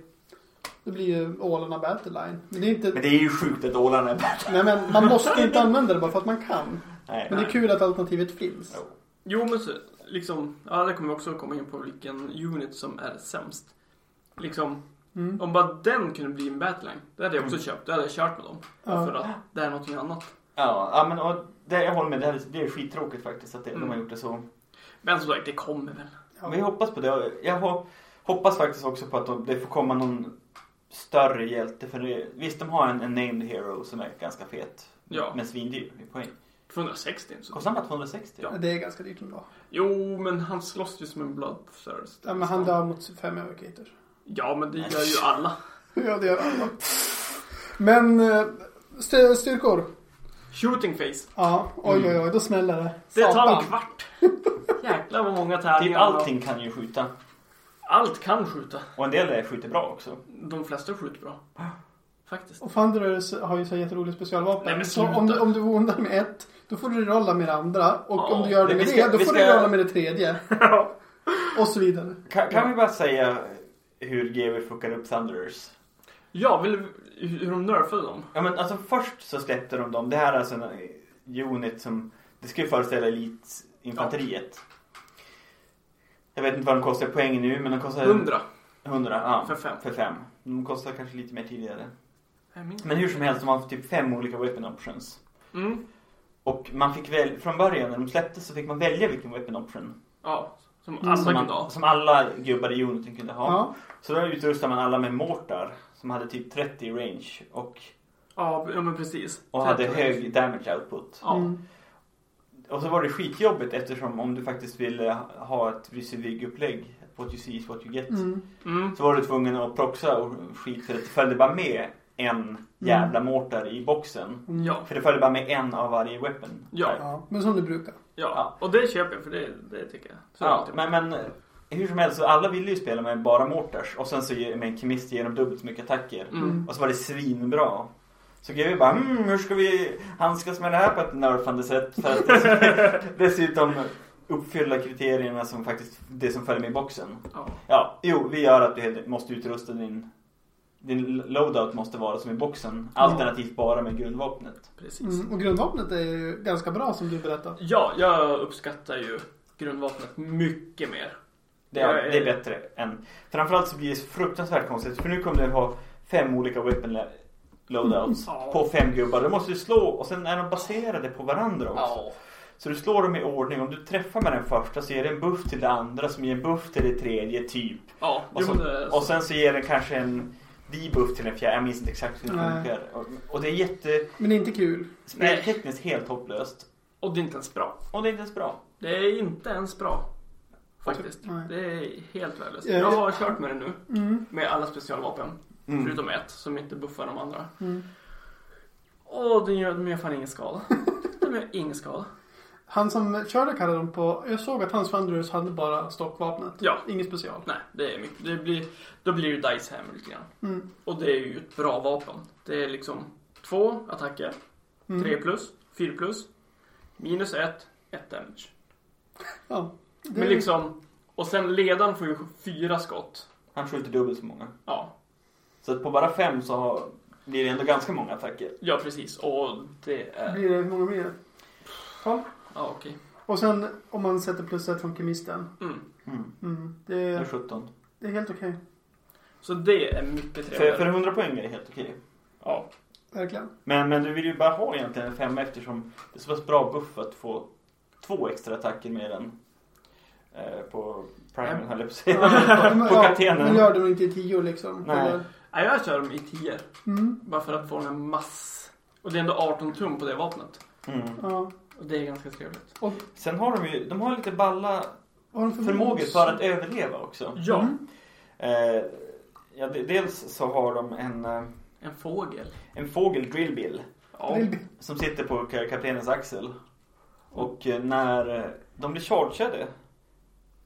E: då blir ju ålarna Battleline. Men det är inte...
B: Men det är ju sjukt att ålarna är Battleline.
E: Nej men man måste inte använda det bara för att man kan.
B: Nej.
E: Men det är kul att alternativet finns.
B: Jo.
D: Jo, men så, liksom. Ja, det kommer också komma in på vilken unit som är sämst. Liksom.
E: Mm.
D: Om bara den kunde bli en battleline. Det hade jag också
B: Mm.
D: köpt. Då hade jag kört med dem.
E: Ja.
D: För att det är någonting annat.
B: Ja, ja men och det, jag håller med. Det här blir skittråkigt faktiskt att det, de har
D: Mm.
B: gjort det så.
D: Men som sagt, det kommer väl.
E: Ja.
B: Vi hoppas på det. Jag ho- hoppas faktiskt också på att de, det får komma någon större hjälte. För det, visst, de har en, en named hero som är ganska fet.
D: Ja.
B: Men svindyr i poäng.
D: 260 är inte så
B: Kostar han bara 260?
D: Ja.
E: Det är ganska dyrt ändå.
D: Jo, men han slåss ju som en bloodthirst.
E: Ja, men han dör mot fem evocators.
D: Ja, men det gör ju alla.
E: Ja, det gör alla. Men eh, st- styrkor.
D: Shooting face.
E: Ja, oj oj oj, då smäller det.
D: Det tar
E: Satan.
D: en kvart. Jäklar vad många
B: Typ
D: tärningar.
B: allting kan ju skjuta.
D: Allt kan skjuta.
B: Och en del är skjuter bra också.
D: De flesta skjuter bra. Faktiskt.
E: Och Thunderers har ju så här jätteroligt specialvapen.
D: Nej, men
E: så
D: sluta.
E: om du, om du vondar med ett, då får du rolla med det andra. Och
D: Ja,
E: om du gör det
B: vi
E: med
B: ska-
E: det, då
B: vi
E: får du
B: ska-
E: rolla med det tredje. och så vidare.
B: Kan, kan vi bara säga hur GW fuckar upp Thunderers?
D: Ja, vill du- hur de nerfade dem?
B: Ja men alltså först så släppte de dem. Det här är alltså en eh, unit som, det ska ju föreställa elitinfanteriet. Jag vet inte vad de kostar i poäng nu men de kostar
D: 100
B: 100, ja.
D: för fem.
B: För fem. De kostar kanske lite mer tidigare.
D: Jag minns.
B: Men hur som helst, de har typ fem olika weapon options.
D: Mm.
B: Och man fick väl, från början när de släppte så fick man välja vilken weapon option.
D: Ja, som
E: Mm.
D: alla
B: Som,
D: kunde
B: man,
D: ha.
B: som alla gubbar i uniten kunde ha.
E: Ja.
B: Så då utrustade man alla med mortar som hade typ 30 range och,
D: Ja, ja, men precis.
B: och hade
D: 30.
B: hög damage output.
D: Ja.
E: Mm.
B: Och så var det skitjobbigt eftersom om du faktiskt ville ha ett Vyssevig-upplägg, what you see is what you get,
E: Mm.
D: Mm.
B: så var du tvungen att proxa och skit för att det följde bara med
D: Mm.
B: en jävla mortar i boxen.
E: Mm.
D: Ja,
B: För det följde bara med en av varje weapon.
D: Ja.
E: ja. Men som du brukar.
D: ja. Och det köper jag för det, det tycker jag. Så
B: ja
D: det- typ.
B: men, men eh, hur som helst, så alla ville ju spela med bara mortars och sen så ge- med en kemist ger de dubbelt så mycket attacker.
D: Mm.
B: Och så var det svinbra. Så GW bara mm, hur ska vi handskas med det här på ett nerfande sätt för att dess- dessutom uppfylla kriterierna som faktiskt det som följer med boxen.
D: Ja.
B: Ja, jo, vi gör att du helt- måste utrusta din din loadout måste vara som i boxen alternativt bara med grundvapnet.
D: Precis.
E: Mm. Och grundvapnet är ju ganska bra som du berättade.
D: Ja, jag uppskattar ju grundvapnet mycket mer.
B: Det är,
D: Ja, ja,
B: det är
D: ja.
B: bättre än... Framförallt så blir det fruktansvärt konstigt för nu kommer du ha fem olika weapon la- loadouts
D: Ja.
B: på fem gubbar. Du måste ju slå och sen är de baserade på varandra också.
D: Ja.
B: Så du slår dem i ordning. Om du träffar med den första så ger det en buff till det andra som ger en buff till det tredje, typ.
D: Ja,
B: Och,
D: jo,
B: så,
D: men det är så.
B: och sen så ger den kanske en debuff till den fjärde. Jag minns inte exakt hur det
E: Nej.
B: funkar. Och, och det är jätte...
E: Men det är inte kul.
B: Speltekniskt helt hopplöst.
D: Och det är inte ens bra.
B: Och det är inte ens bra.
D: Det är inte ens bra. Faktiskt.
E: Nej.
D: Det är helt värdelöst.
E: Ja,
D: Jag
E: ja.
D: har kört med det nu.
E: Mm.
D: Med alla specialvapen.
B: Mm.
D: Förutom ett som inte buffar de andra.
E: Mm.
D: Och den gör, de gör fan ingen skada. De gör ingen skada.
E: Han som körde kallade dem på... Jag såg att hans Wanderers hade bara stockvapnet.
D: Ja.
E: Inget special.
D: Nej, det är mycket. Det blir, då blir det Dice Hammer lite grann.
E: Mm.
D: Och det är ju ett bra vapen. Det är liksom två attacker.
E: Mm.
D: Tre plus, fyra plus. Minus ett, ett damage.
E: Ja. Det
D: Men liksom, och sen ledaren får ju fyra skott.
B: Han skjuter dubbelt så många.
D: Ja,
B: Så att på bara fem så har, blir det ändå ganska många attacker.
D: ja precis. Och det är...
E: blir det många mer. Ja.
D: Ja, okej.
E: Och sen om man sätter plus ett från kemisten.
D: Mm.
B: Mm.
E: Mm.
B: Det är
E: Det,
B: 17.
E: det är helt okej.
D: Så det är mycket
B: För,
D: trevligare.
B: för 100 poäng är det helt okej.
D: Ja,
E: Verkligen.
B: Men, men du vill ju bara ha egentligen en femma eftersom det är så pass bra buff att få två extra attacker med den. Eh, på Prime höll jag på att säga.
E: Ja,
B: På
E: Nu
B: katenen.
E: gör de inte i tio liksom.
B: Nej.
E: Eller-
D: Nej, jag kör dem i 10
E: Mm.
D: Bara för att få den här mass... Och det är ändå 18 tum på det vapnet.
B: Mm.
E: Ja.
D: Och det är ganska trevligt.
B: Sen har de ju, de har lite balla
E: Vad har de
B: förmågor
E: moves?
B: för att överleva också.
D: Ja,
E: Mm.
B: Eh, ja, de- dels så har de en, eh,
D: en fågel.
B: en fågel drillbill
D: Ja.
E: Drill-
B: som sitter på ka- kaptenens axel. Och eh, när eh, de blir chargeade,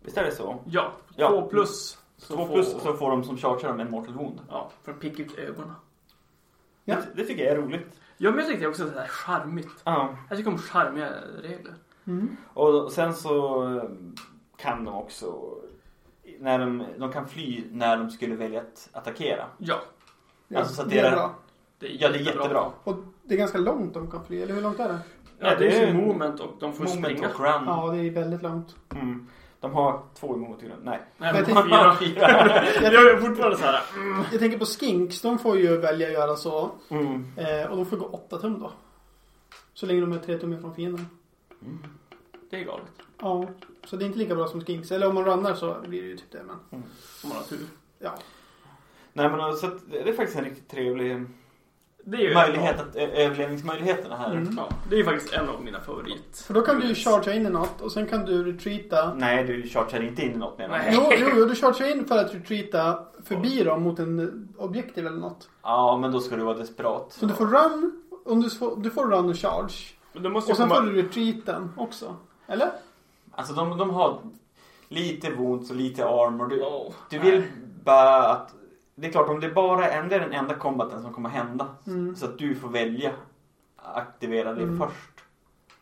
B: visst är det så?
D: Ja,
B: Ja.
D: två plus. så
B: Två
D: får-
B: plus så får de som chargear dem en mortal wound.
D: Ja, för att picka ut ögonen.
E: Ja.
B: Det, det tycker jag är roligt.
D: Ja, men jag tyckte också att det här är charmigt.
B: Ja.
D: Jag tycker om charmiga regler.
E: Mm.
B: Och sen så eh, kan de också, när de, de kan fly när de skulle välja att attackera.
D: Ja,
E: Ja,
B: Alltså, så att
E: det är
B: det-
E: bra.
D: det är
B: Ja, det är jättebra.
E: Och det är ganska långt de kan fly. Eller hur långt är det?
D: Ja, det är ju moment och de får ju
B: Moment
D: springa.
B: och run.
E: Ja, det är väldigt långt.
B: Mm. De har två emot i den. Nej.
D: Nej,
E: Men
D: men
E: jag
D: fyra.
B: Bara fyra.
D: Jag är fortfarande så här.
E: Jag tänker på skinks. De får ju välja att göra så.
B: Mm.
E: Eh, och de får gå 8 tum då. Så länge de är 3 tum ifrån fienden.
D: Det är galet.
E: Ja. Så det är inte lika bra som skinks. Eller om man runnar så blir det ju typ det. Men
D: Om man har tur.
E: ja.
B: Nej men alltså, att det är faktiskt en riktigt trevlig
D: Det är ju
B: möjlighet, att, ö- överlevningsmöjligheterna här.
E: Mm.
D: Ja, det är ju faktiskt en av mina favorit.
E: För då kan du ju chargea in i något och sen kan du retreata.
B: Nej, du chargear inte in i något menar jag.
D: Nej.
E: Jo, jo, jo, du chargear in för att retreata förbi dem mot en eh, objektiv eller något.
B: Ja, men då ska du vara desperat.
E: Så du får run, om du, får, du får run och charge.
D: Men då måste
E: Och
D: jag
E: sen får
D: komma...
E: du retreaten också. Eller?
B: Alltså de, de har lite wounds och lite armor. Du,
D: Ja.
B: du vill bara att... Det är klart, om det bara är, det är den enda combaten som kommer hända.
E: Mm.
B: Så att du får välja att aktivera det
E: Mm.
B: först.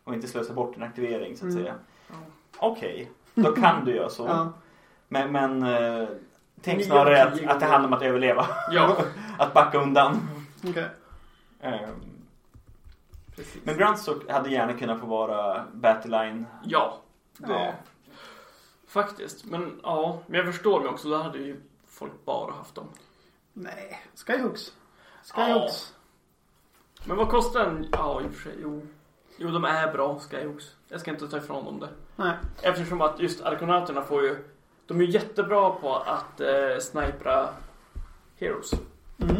B: Och inte slösa bort en aktivering så att
E: Mm.
B: säga.
D: Ja.
B: Okej, då kan du göra så.
E: Ja.
B: Men, men eh, tänk
D: Nio
B: snarare
D: av
B: att,
D: tio
B: att det handlar om att överleva.
D: Ja,
B: Att backa undan.
E: Okej.
B: Ehm,
D: precis.
B: Men Grunstock hade gärna kunnat få vara Battleline.
D: Ja,
B: Det,
D: faktiskt. Men ja, men jag förstår mig också. Då hade ju folk bara haft dem.
E: Nej. Skyhooks. Skyhooks.
D: Men vad kostar en... Ja, i och för sig. Jo. Jo, de är bra, Skyhooks. Jag ska inte ta ifrån dem det.
E: Nej.
D: Eftersom att just Arkonauterna får ju... De är ju jättebra på att eh, snipra Heroes.
E: Mm.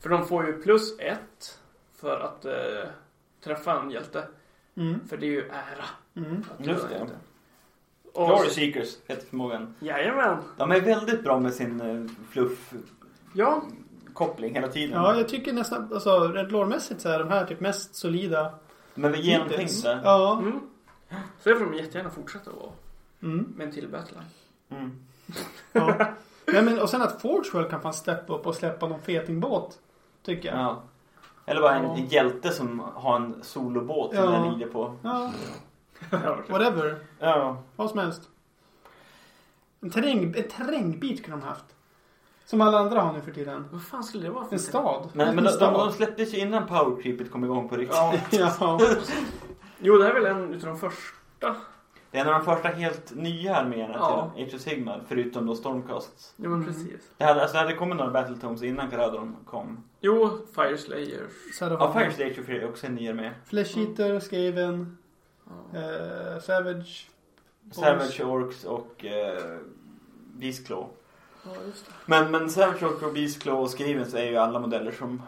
D: För de får ju plus ett för att eh, träffa en hjälte.
E: Mm.
D: För det är ju ära.
E: Mm.
D: Att
B: Just
D: göra
B: det.
D: det. Och,
B: Glory Seekers heter förmågan.
D: jajamän.
B: De är väldigt bra med sin eh, fluffkoppling
D: Ja,
B: hela tiden.
E: Ja, jag tycker nästan, alltså Red Lore-mässigt så är de här typ mest solida.
B: De är väl
E: hittills.
B: genomtänkta.
E: Ja.
D: Mm. Så det får de jättegärna fortsätta vara.
E: Mm.
D: Med en till Battleline.
B: Mm.
E: ja. Nej, men, och sen att Forgewell kan fan steppa upp och släppa någon fetingbåt. Tycker jag.
B: Ja. Eller bara en,
E: Ja.
B: en hjälte som har en solobåt
E: Ja.
B: som den rider på.
E: Ja, whatever.
B: Ja.
E: Vad som helst. En, terräng, en terrängbit kunde de haft. Som alla andra har nu för tiden.
D: Vad fan skulle det vara för
E: En stad.
B: Men,
E: En
B: men de, de, de
E: stad.
B: släpptes ju innan Power Creepet kom igång på riktigt.
D: Ja.
E: Ja.
D: Jo, det här är väl en utav de första.
B: Det är en av de första helt nya arméerna
D: Ja.
B: till Age of Sigmar, förutom då Stormcasts.
D: Jo, men
E: Mm.
D: precis.
B: Det hade, alltså, det hade kommit några Battletomes innan Caradron kom.
D: Jo, Fireslayers.
E: Så här
B: Ja,
E: har
B: Fire
E: vi
B: Stage of Fury är också en ny armé.
E: Flesh Eater, Skaven,
D: Ja.
E: eh, Savage.
B: Savage Orcs och eh, Beastclaw.
D: ja, just det.
B: Men, men Savage Orc och Beastclaw och Skrivens är ju alla modeller som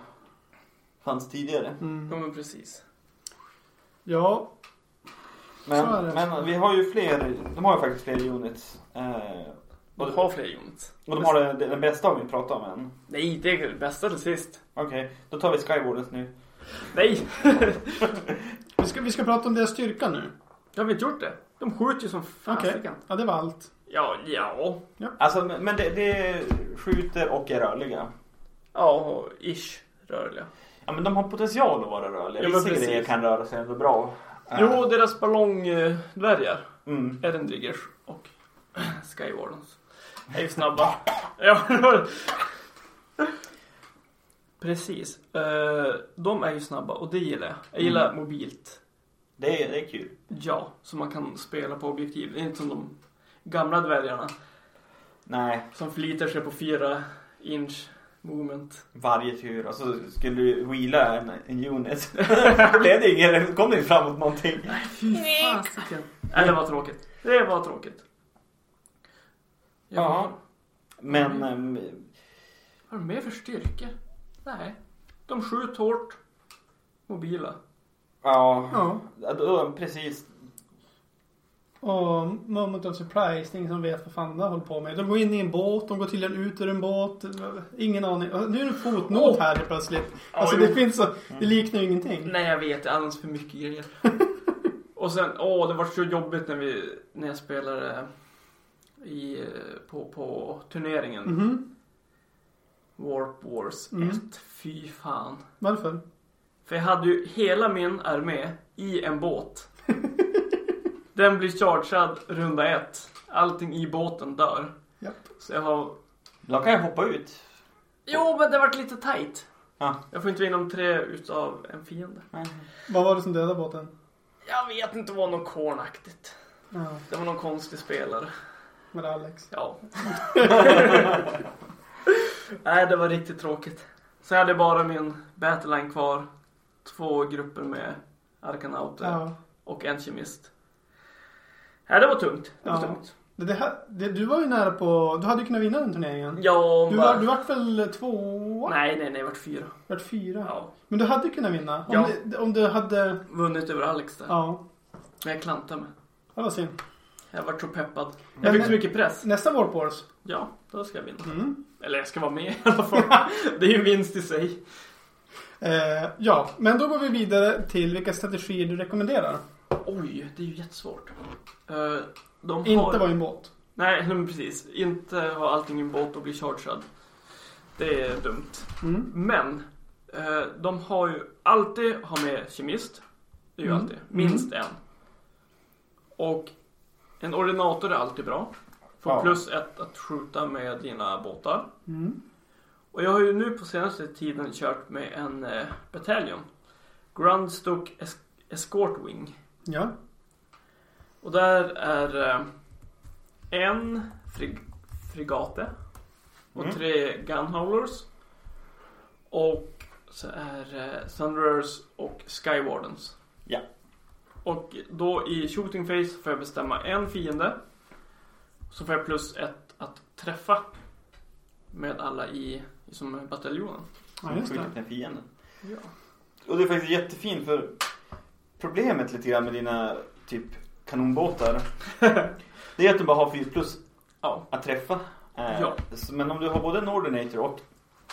B: fanns tidigare.
E: Mm.
D: Jo, men precis.
E: Ja. Så är
B: Men,
E: det.
B: men vi har ju fler, de har ju faktiskt fler units. Eh,
D: Och du har fler units.
B: och de har den, den bästa har vi inte pratat om än.
D: Nej, det är det bästa till sist.
B: Okej, då tar vi Skywardens nu.
D: Nej,
E: Vi ska, vi ska prata om deras styrka nu.
D: jag har inte gjort det. De skjuter ju som
E: Okej.
D: fasiken.
E: Ja, det var allt.
D: Ja, ja.
B: Alltså, men men det, det skjuter och är rörliga.
D: Ja, ish. Rörliga.
B: Ja, men de har potential att vara rörliga.
D: Ja, men
B: Vissa
D: precis.
B: grejer kan röra sig ändå bra. Eh,
D: Jo, deras ballongdvärgar,
B: Mm.
D: Erendriggers och Skywardens, är ju snabba. ja, det var det. Precis. Eh, De är ju snabba och det gillar jag. Jag gillar mobilt.
B: Det, är, det är kul.
D: Ja, som man kan spela på objektiv. Det är inte som de gamla dvärgarna
B: Nej,
D: som förlitar sig på 4 inch movement.
B: varje tur. Och så skulle du wheela en, en unit. Då blev det inget, det kom inte framåt någonting.
D: Fasiken. Nej, det var tråkigt. Det var tråkigt.
B: Ja. Men ehm,
D: Vad har de mer för styrka? Nej. De skjuter hårt. Mobila.
B: ja,
E: Ja.
B: ja. Då, precis.
E: Och moment of surprise, det är ingen som vet vad fan de håller på med. De går in i en båt, de går tydligen ut ur en båt. Ingen aning. Nu är det en fotnot här plötsligt. Alltså
D: Ja,
E: det
D: jo. Mm.
E: finns så, det liknar ju ingenting.
D: Nej, jag vet. Det är alldeles för mycket grejer. Och sen, åh, det var så jobbigt när, vi, när jag spelade i, eh, på, på turneringen.
E: Mhm.
D: Warp Wars 1.
E: Mm.
D: Fy fan.
E: Varför?
D: För jag hade ju hela min armé i en båt. Den blir chargead runda ett. Allting i båten dör.
E: Japp.
D: Så jag har...
B: Då kan jag hoppa ut.
D: Jo, men det vart lite tight.
B: Ja.
D: Jag får inte vinna om tre utav en fiende.
E: Vad var det som dödade båten?
D: Jag vet inte, det var något kornaktigt.
E: Ja,
D: Det var någon konstig spelare.
E: med Alex.
D: Ja. Nej, det var riktigt tråkigt. Så jag hade bara min Battleline kvar. Två grupper med Arkanauter.
E: Ja.
D: och en kemist. Ja, det var tungt. Det var
E: Ja.
D: tungt.
E: Det, det här, det, du var ju nära på... Du hade ju kunnat vinna den turneringen.
D: Ja,
E: Du, var, du vart väl två?
D: Nej, nej, nej, det vart fyra.
E: Vart fyra?
D: Ja.
E: Men du hade kunnat vinna. Om,
D: Ja.
E: du, om du hade...
D: Vunnit över Alex där.
E: Ja,
D: Men jag klantade mig.
E: det var synd.
D: Jag vart så peppad. Jag
E: Men-
D: fick så mycket press.
E: Nästa Warp Wars.
D: Ja, då ska jag vinna.
E: Mm.
D: Eller jag ska vara med i alla fall. det är ju en vinst i sig.
E: Eh, ja, men då går vi vidare till vilka strategier du rekommenderar.
D: Oj, det är ju jättesvårt. Eh, de har...
E: Inte vara i en båt.
D: Nej, men precis. Inte ha allting i en båt och bli chargead. Det är dumt.
E: Mm.
D: Men eh, de har ju alltid har med kemist. Det är ju
E: Mm.
D: alltid. Minst en. Och en ordinator är alltid bra. Får
B: Ja.
D: plus ett att skjuta med dina båtar.
E: Mm.
D: Och jag har ju nu på senaste tiden kört med en eh, bataljon. Grundstock es- Escort Wing.
E: Ja.
D: Och där är eh, en frig frigate och
B: Mm.
D: tre gunhowlers. Och så är eh, Sunrers och Skywardens.
B: Ja.
D: Och då i shooting phase får jag bestämma en fiende. Så får jag plus ett att träffa med alla i, i som bataljonen.
E: Ja, just
B: Skjuta
E: det.
B: upp den fienden.
D: Ja.
B: Och det är faktiskt jättefint för problemet lite grann med dina typ kanonbåtar. det är att de bara har 4 plus
D: ja.
B: att träffa. Eh,
D: Ja.
B: så- Men om du har både en ordinator och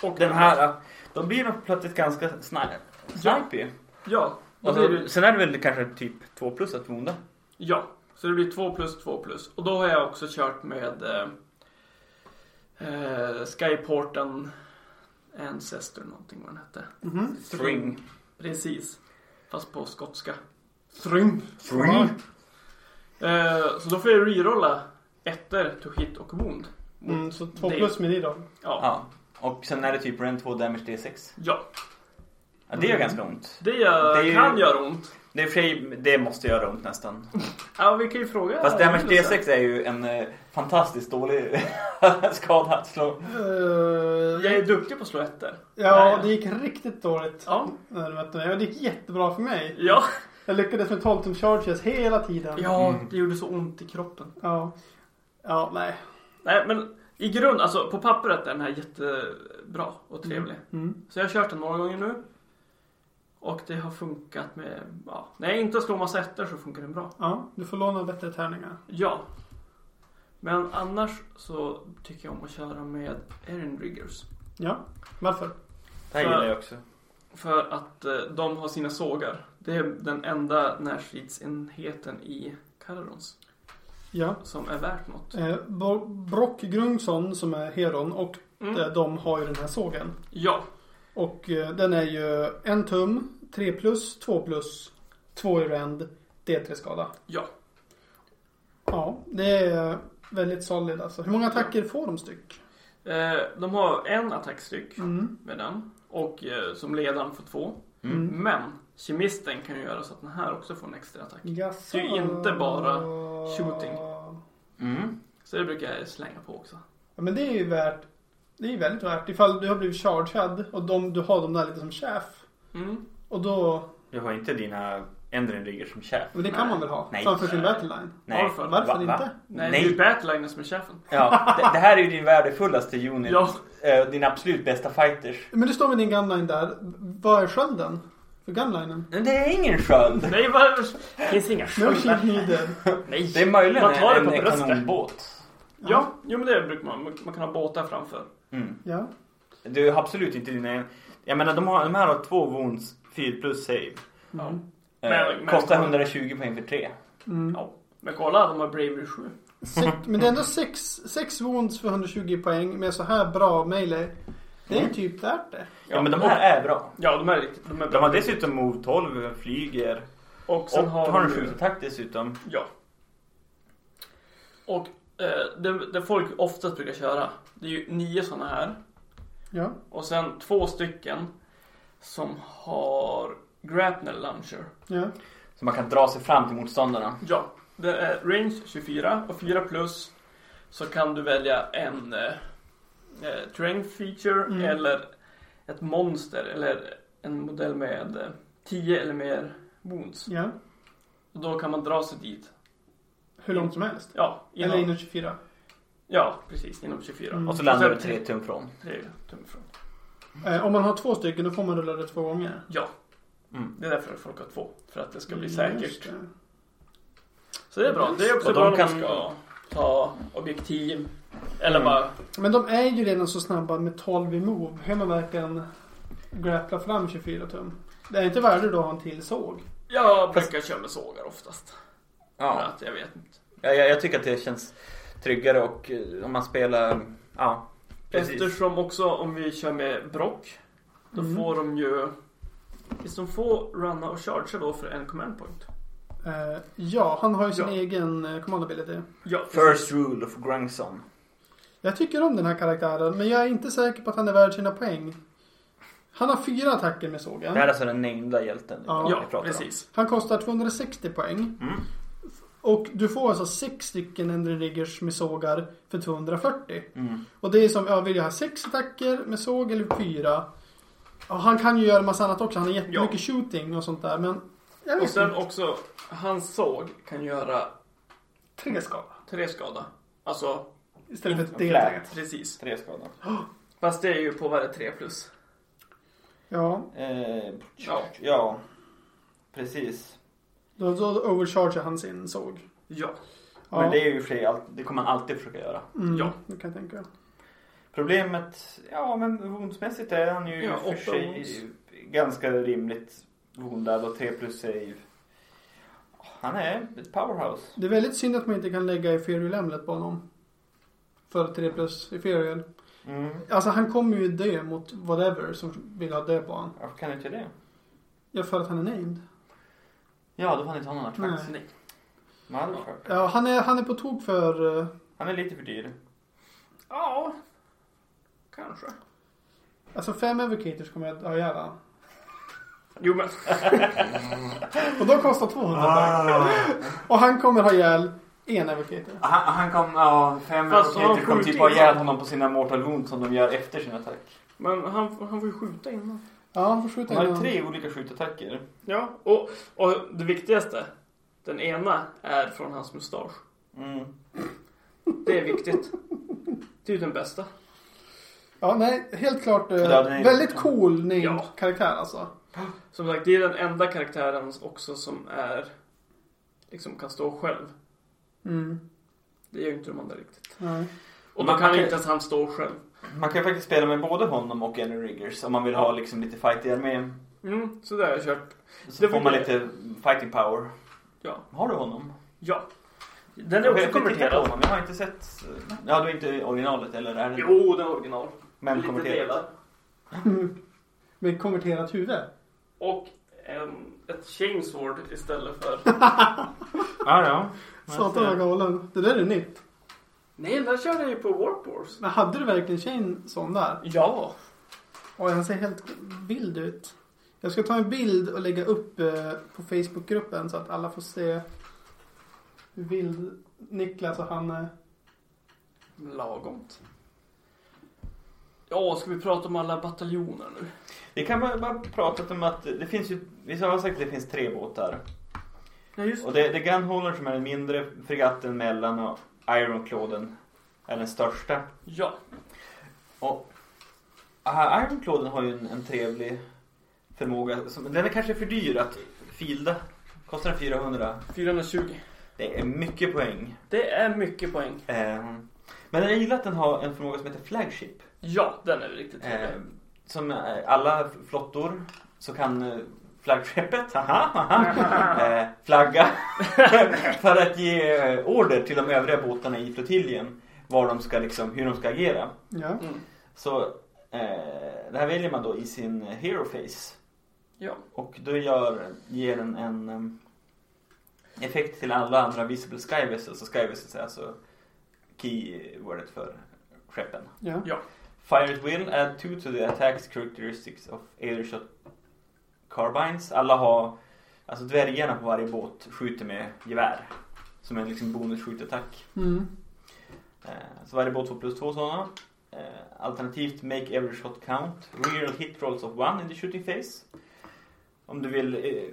D: Och
B: den här. eh, Då blir de plötsligt ganska sni- snipey.
D: Ja. Och
B: Och
D: det är ju-
B: så, sen är det väl kanske typ 2 plus att bonda.
D: Ja, så det blir 2 plus 2 plus. Och då har jag också kört med eh, eh, Skyporten Ancestor någonting vad den hette.
E: Mhm.
B: String.
D: Precis. Fast på skotska. String. Eh, så då får jag rerolla ettor to hit och wound. Mot
E: Mm, så två
D: det.
E: plus med dig då.
D: Ja.
B: Ja. Och sen är det typ rent 2 damage D6.
D: ja.
B: Ja, det gör ganska ont.
D: Det, gör,
B: Det är ju-
D: kan göra ont.
B: Det, är i och för sig, det måste göra ont nästan.
D: Ja, vi kan ju fråga.
B: Fast damage
D: Julius här.
B: D6 är ju en eh, fantastiskt dålig skada att slå.
E: Eh,
D: Jag är duktig på att slå ettor.
E: ja, det gick riktigt dåligt.
D: Ja.
E: när du mötte mig. Och det gick jättebra för mig.
D: Ja.
E: Jag lyckades med 12 tum charges hela tiden.
D: Ja, det gjorde så ont i kroppen.
E: Ja. Ja, nej.
D: Nej, men i grund, alltså på pappret är den här jättebra och trevlig.
E: Mm.
D: Så jag har kört den några gånger nu. Och det har funkat med... Ja, när jag inte slår massa ettor så funkar den bra.
E: Ja, du får låna bättre tärningar.
D: Ja. Men annars så tycker jag om att köra med Erin Riggers.
E: Ja, varför?
B: Det här
D: Så-
B: gillar jag också.
D: För att eh, de har sina sågar. Det är den enda närstridsenheten i Carrarons
E: Ja.
D: som är värt något.
E: Eh, Bro- Brock Grungsson som är heron och eh,
D: Mm.
E: de, de har ju den här sågen.
D: Ja,
E: Och eh, den är ju en tum, 3 plus, 2 plus, 2 i rand, D3 skada.
D: ja.
E: Ja, det är väldigt solid alltså. Hur många attacker får de styck?
D: Eh, de har en attackstyck
E: Mm.
D: med den och eh, som ledaren får två.
E: Mm.
D: Men kemisten kan ju göra så att den här också får en extra attack.
E: Jaså.
D: Det är ju inte bara shooting.
B: Mm.
D: Så det brukar jag slänga på också.
E: Ja, men det är ju värt. Det är ju väldigt värt. Ifall du har blivit chargead och de, du har dem där lite som chef.
D: Mm.
E: Och då,
B: Jag har inte dina ändringrigger som chef.
E: men det kan
D: Nej.
E: man väl ha?
B: Nej.
E: Framför sin battleline.
D: Varför?
E: Varför
B: Va- va?
E: inte?
B: Nej.
D: Nej, det är ju Batliner som är chefen.
B: Ja, det, det här är ju din värdefullaste unit.
D: Ja,
B: Eh, Din absolut bästa fighters.
E: Men du står med din gunline där. Vad är skölden? För gunlinen?
B: Men det är ingen sköld.
D: nej varför? Det finns inga
E: No
D: sköldar.
E: shield needed.
D: Nej.
B: Det är möjligen
D: Man tar det
B: en,
D: på
B: en
D: bröstet.
B: kanonbåt.
D: Ja, jo men det brukar man. Man man kan ha båtar framför.
B: Mm.
E: Ja.
B: Du är absolut inte dina... Jag menar, de, har, de här har två wounds, 4 plus save.
D: Ja.
B: Eh,
D: Men- men-
B: kostar 120 poäng för tre.
E: Mm.
D: Ja. Men kolla, de har Bravery 7.
E: Sex, men det är ändå 6 sex wounds för 120 poäng med så här bra melee. Det är typ värt det.
B: Ja, men de här är bra.
D: Ja, de är riktigt de är
B: De
D: bra.
B: har dessutom move 12, flyger
D: Och sen
B: och
D: har
B: har en
D: ju-
B: skjutattack dessutom.
D: Ja. Och eh, det, det folk oftast brukar köra, det är ju nio sådana här.
E: Ja.
D: Och sen två stycken som har Grapnel Launcher.
E: Ja.
B: Så man kan dra sig fram till motståndarna.
D: Ja, det är range 24 och 4 plus så kan du välja en eh, eh, terrain feature
E: Mm.
D: eller ett monster eller en modell med eh, 10 eller mer wounds.
E: ja.
D: Och då kan man dra sig dit.
E: Hur långt som helst.
D: Ja, inom,
E: Eller inom 24.
D: ja precis, inom 24.
E: Mm.
B: Och så landar du
D: Och sen-
B: tre tum från.
D: Det är ju tumifrån.
E: Eh, om man har två stycken då får man rulla det två gånger.
D: Ja.
B: Mm.
D: Det är därför folk har två. För att det ska bli
E: Just
D: säkert.
E: det.
D: Så det är bra. Det är också
B: Och de
D: bra när
B: kan-
D: man ska ta objektiv. Eller
B: Mm.
D: bara...
E: Men de är ju redan så snabba med 12 i move. Hur man verkligen grappla fram 24 tum. Det är inte värre då att ha en till såg.
D: Jag brukar köra med sågar oftast. För
B: Ja.
D: att jag vet inte.
B: Ja, jag, jag tycker att det känns tryggare och eh, om man spelar... Ja, precis.
D: Eftersom också om vi kör med Brock. Då
E: Mm.
D: får de ju... Visst de får runna och charge då för en command point?
E: Eh, ja, han har ju sin
D: Ja.
E: egen eh, command ability.
D: Ja,
B: First rule of Grungson.
E: Jag tycker om den här karaktären men jag är inte säker på att han är värd sina poäng. Han har fyra attacker med sågen.
B: Det här är alltså den nämnda hjälten
E: Ja,
B: vi
D: Ja,
B: pratar om.
D: precis.
E: Han kostar 260 poäng.
B: Mm.
E: Och du får alltså sex stycken Endre Riggers med sågar för 240.
B: Mm.
E: Och det är som, ja vill jag ha sex attacker med såg eller fyra? Ja, han kan ju göra massa annat också. Han har jättemycket
D: Ja.
E: shooting och sånt där. Men jag
D: Och
E: vet
D: sen
E: inte.
D: också, hans såg kan göra
E: Tre skada.
D: tre skada. Alltså,
E: Istället för ett
B: Flä.
E: D3.
D: precis.
B: Tre skador.
D: Fast det är ju på varje 3 plus.
E: Ja,
B: Eh,
D: Ja.
B: ja, precis.
E: då, då overcharger han sin såg.
D: Ja.
E: Ja,
B: Men det är ju i och för sig allt- det kommer man alltid försöka göra.
E: mm,
D: ja.
E: det kan jag tänka.
B: Problemet, ja men woundsmässigt är han ju
D: Ja,
B: i och
D: åtta
B: för sig
D: wounds.
B: ganska rimligt woundad och 3 plus save. Han är ett powerhouse.
E: Det är väldigt synd att man inte kan lägga Ethereal Emlet på honom. För 3 plus Ethereal.
B: Mm.
E: Alltså han kommer ju dö mot whatever som vill ha dö på honom.
B: Varför kan du inte det?
E: Ja, för att han är named.
B: Ja, då får han inte ha någon
E: Nej.
B: artefakt.
D: Nej.
B: Men han är skört.
E: Ja, han är, han är på tok för... eh,
B: Han är lite för dyr.
D: Ja. Kanske.
E: Alltså fem evocators kommer jag att ha ihjäl honom.
D: Jo men.
E: Och de kostar 200 poäng. Och han kommer ha ihjäl en Evocator.
B: Han, han kom, ja, fem
D: Fast har han
B: roketer kom typ
D: skjutit
B: ha ihjäl
D: innan?
B: honom på sina mortal wounds som de gör efter sin attack.
D: Men han, han får ju skjuta innan.
E: Ja, han får skjuta
B: Han har ju
E: innan.
B: tre olika skjutattacker.
D: Ja. Och, och det viktigaste. Den ena är från hans mustasch.
B: Mm.
D: Det är viktigt. Det är ju den bästa.
E: Ja, nej, helt klart eh,
B: Ja, den är-
E: väldigt cool named
D: Ja.
E: karaktär alltså.
D: Som sagt, det är den enda karaktären också som är liksom kan stå själv.
E: Mm.
D: Det gör ju inte de andra riktigt.
E: Nej.
D: Och då
B: Man- man
D: kan
B: kan-
D: inte ens han stå själv.
B: Man kan faktiskt spela med både honom och Enry Riggers om man vill ha liksom lite fightigare med.
D: Mm, så där har jag kört.
B: Så
D: Det
B: får man lite fighting power.
D: Ja.
B: Har du honom?
D: Ja. Den är
B: Jag
D: också
B: vet inte riktigt om
D: konverterad.
B: honom. Jag har inte sett... eh, Ja, du är inte originalet eller är det?
D: Jo, den är original.
B: men
D: Lite
B: konverterat.
D: delar.
E: Med konverterat huvud.
D: Och en, ett chainsword istället för...
B: Ja, ja.
E: Satan vad galen. Det där är nytt.
D: Nej, den där körde jag ju på Warp Wars.
E: Men hade du verkligen Shane sån där?
D: Ja.
E: Åh, han ser helt vild ut. Jag ska ta en bild och lägga upp eh, på Facebookgruppen så att alla får se hur vild Niklas och han är.
D: Lagomt. Ja, ska vi prata om alla bataljoner nu?
B: Vi kan bara, bara prata om att det finns ju... Vi har sagt att det finns tre båtar.
D: Ja, just
B: Och det, det är Gunholder som är den mindre, fregatten mellan och Ironcladen är den största.
D: Ja.
B: Och aha, Ironcladen har ju en, en trevlig förmåga. Som, den är kanske för dyr att fielda. Kostar den 400.
D: 420.
B: Det är mycket poäng.
D: Det är mycket poäng.
B: Ehm, men jag gillar att den har en förmåga som heter Flagship.
D: Ja, den är riktigt trevlig.
B: Ehm, som eh, alla flottor så kan eh, flaggskeppet haha,
D: Mm.
B: haha, eh, flagga för att ge eh, order till de övriga båtarna i flottiljen var de ska, liksom, hur de ska agera.
E: Ja.
D: Mm.
B: Så eh, det här väljer man då i sin hero face.
D: Ja.
B: Och då gör, ger den en em, effekt till alla andra visible sky vessels. Och sky vessels är alltså keywordet för skeppen.
E: ja.
B: Fire at will, add two to the attacks characteristics of air shot carbines. Alla har, alltså dvärgarna på varje båt skjuter med gevär. Som en liksom bonusskjutattack.
E: Mm.
B: Eh, Så varje båt får plus två sådana. Eh, Alternativt make every shot count. Real hit rolls of one in the shooting phase. Om du vill eh,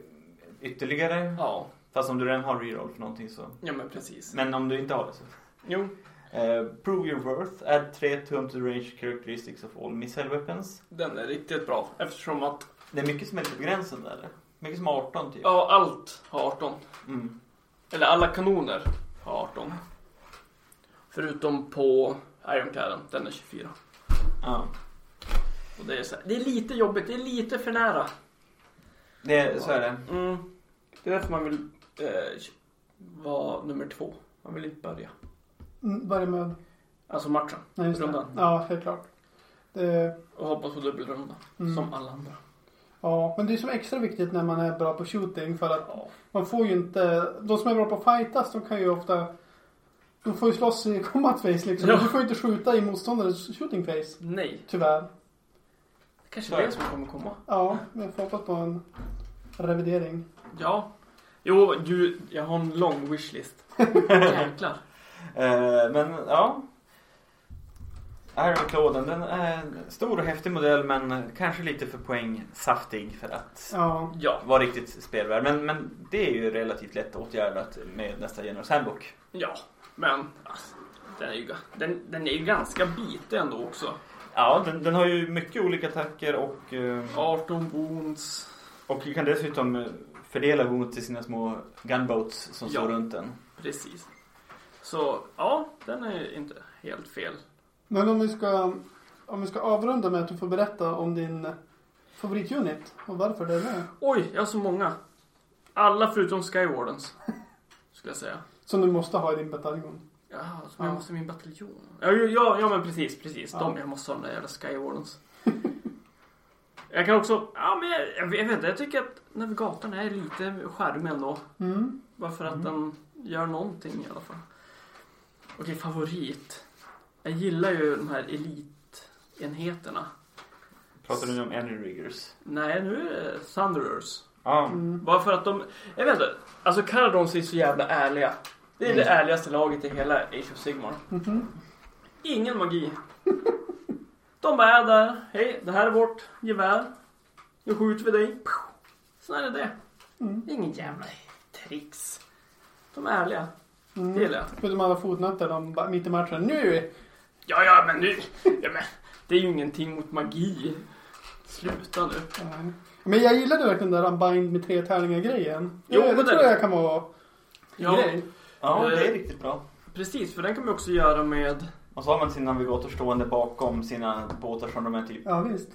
B: ytterligare.
D: Ja.
B: Fast om du redan har reroll för någonting så.
D: Ja, men precis.
B: Men om du inte har det så.
D: Jo,
B: Eh, prove your worth. Add 3 tum to the range characteristics of all missile weapons.
D: den är riktigt bra. Eftersom att
B: Det är mycket som är lite på gränsen där. Mycket som 18 typ.
D: ja, allt har 18.
B: Mm.
D: Eller alla kanoner har 18. Förutom på Ironcaden, den är 24.
B: Ja.
D: Och det, är så här, det är lite jobbigt, det är lite för nära.
B: Det är, så är det.
D: Mm. Det är därför man vill eh, vara nummer två. Man vill inte börja.
E: Mm, Börja med...
D: Alltså matchen.
E: Nej, just det.
D: Rundan.
E: Ja, helt klart. Det,
D: Och hoppas på dubbelrunda.
E: Mm.
D: Som alla andra.
E: ja, men det är som extra viktigt när man är bra på shooting för att
D: Ja.
E: Man får ju inte, de som är bra på att fightas de kan ju ofta, de får ju slåss i combat face liksom.
D: Ja.
E: Du får ju inte skjuta i motståndarens shooting face.
D: Nej.
E: Tyvärr.
D: Det kanske
B: Så
D: är
B: är
D: det
B: det.
D: som kommer komma.
E: Ja, jag får hoppas på en revidering.
D: Ja. Jo, ju, jag har en lång wishlist. Jäklar.
B: Eh, men ja. Ironcladen, den är en stor och häftig modell men kanske lite för poängsaftig för att
E: Ja.
D: Ja.
B: vara riktigt spelvärd. Men, men det är ju relativt lätt åtgärdat med nästa Generals Handbook.
D: Ja. Men alltså, den, är ju, ga- den, den är ju ganska bitig ändå också.
B: Ja, den, den har ju mycket olika attacker och, eh,
D: 18 wounds.
B: och kan dessutom eh, fördela wounds till sina små gunboats som
D: Ja.
B: står runt den.
D: Precis. Så ja, den är inte helt fel.
E: Men om vi ska, om vi ska avrunda med att du får berätta om din favoritunit och varför det är det.
D: Oj, jag har så många. Alla förutom Skywardens. Skulle jag säga.
E: Som du måste ha i din bataljon.
D: Ja, som jag
E: Ja.
D: måste i min bataljon. Ja, ju- ja, ja men precis, precis.
E: Ja.
D: De, jag måste ha de där jävla Skywardens. jag kan också, ja men jag, jag vet inte, jag tycker att navigatorn är lite skärm ändå.
E: Mm.
D: Bara för att den gör någonting i alla fall. Okej, favorit. Jag gillar ju de här elitenheterna.
B: Pratar du nu om Enry Riggers?
D: Nej, nu är det Thunderers.
B: Ja.
E: Mm.
D: Bara för att de, jag vet inte. Alltså Caradons är så jävla ärliga. Det är det ärligaste laget i hela Age of Sigmar.
E: Mhm.
D: Ingen magi. De bara är där. Hej, det här är vårt gevär. Nu skjuter vi dig. Pow. Så är det det.
E: Mm.
D: Det är ingen jävla tricks. De är ärliga.
E: Mm.
D: Det gillar jag.
E: Förutom alla fotnötter de bara mitt i matchen. Nu!
D: Ja, ja, men nu. Ja, men, det är ju ingenting mot magi. Sluta nu.
E: Nej. Men jag gillade verkligen den där unbind med tre tärningar grejen.
D: Jo,
E: det
D: men
E: tror
D: det-
E: jag kan vara
D: Ja,
E: grej.
B: Ja,
D: Eh.
B: det är riktigt bra.
D: precis. För den kan man också göra med...
B: Och så har man sin navigator stående bakom sina båtar som de är typ...
E: Ja, visst.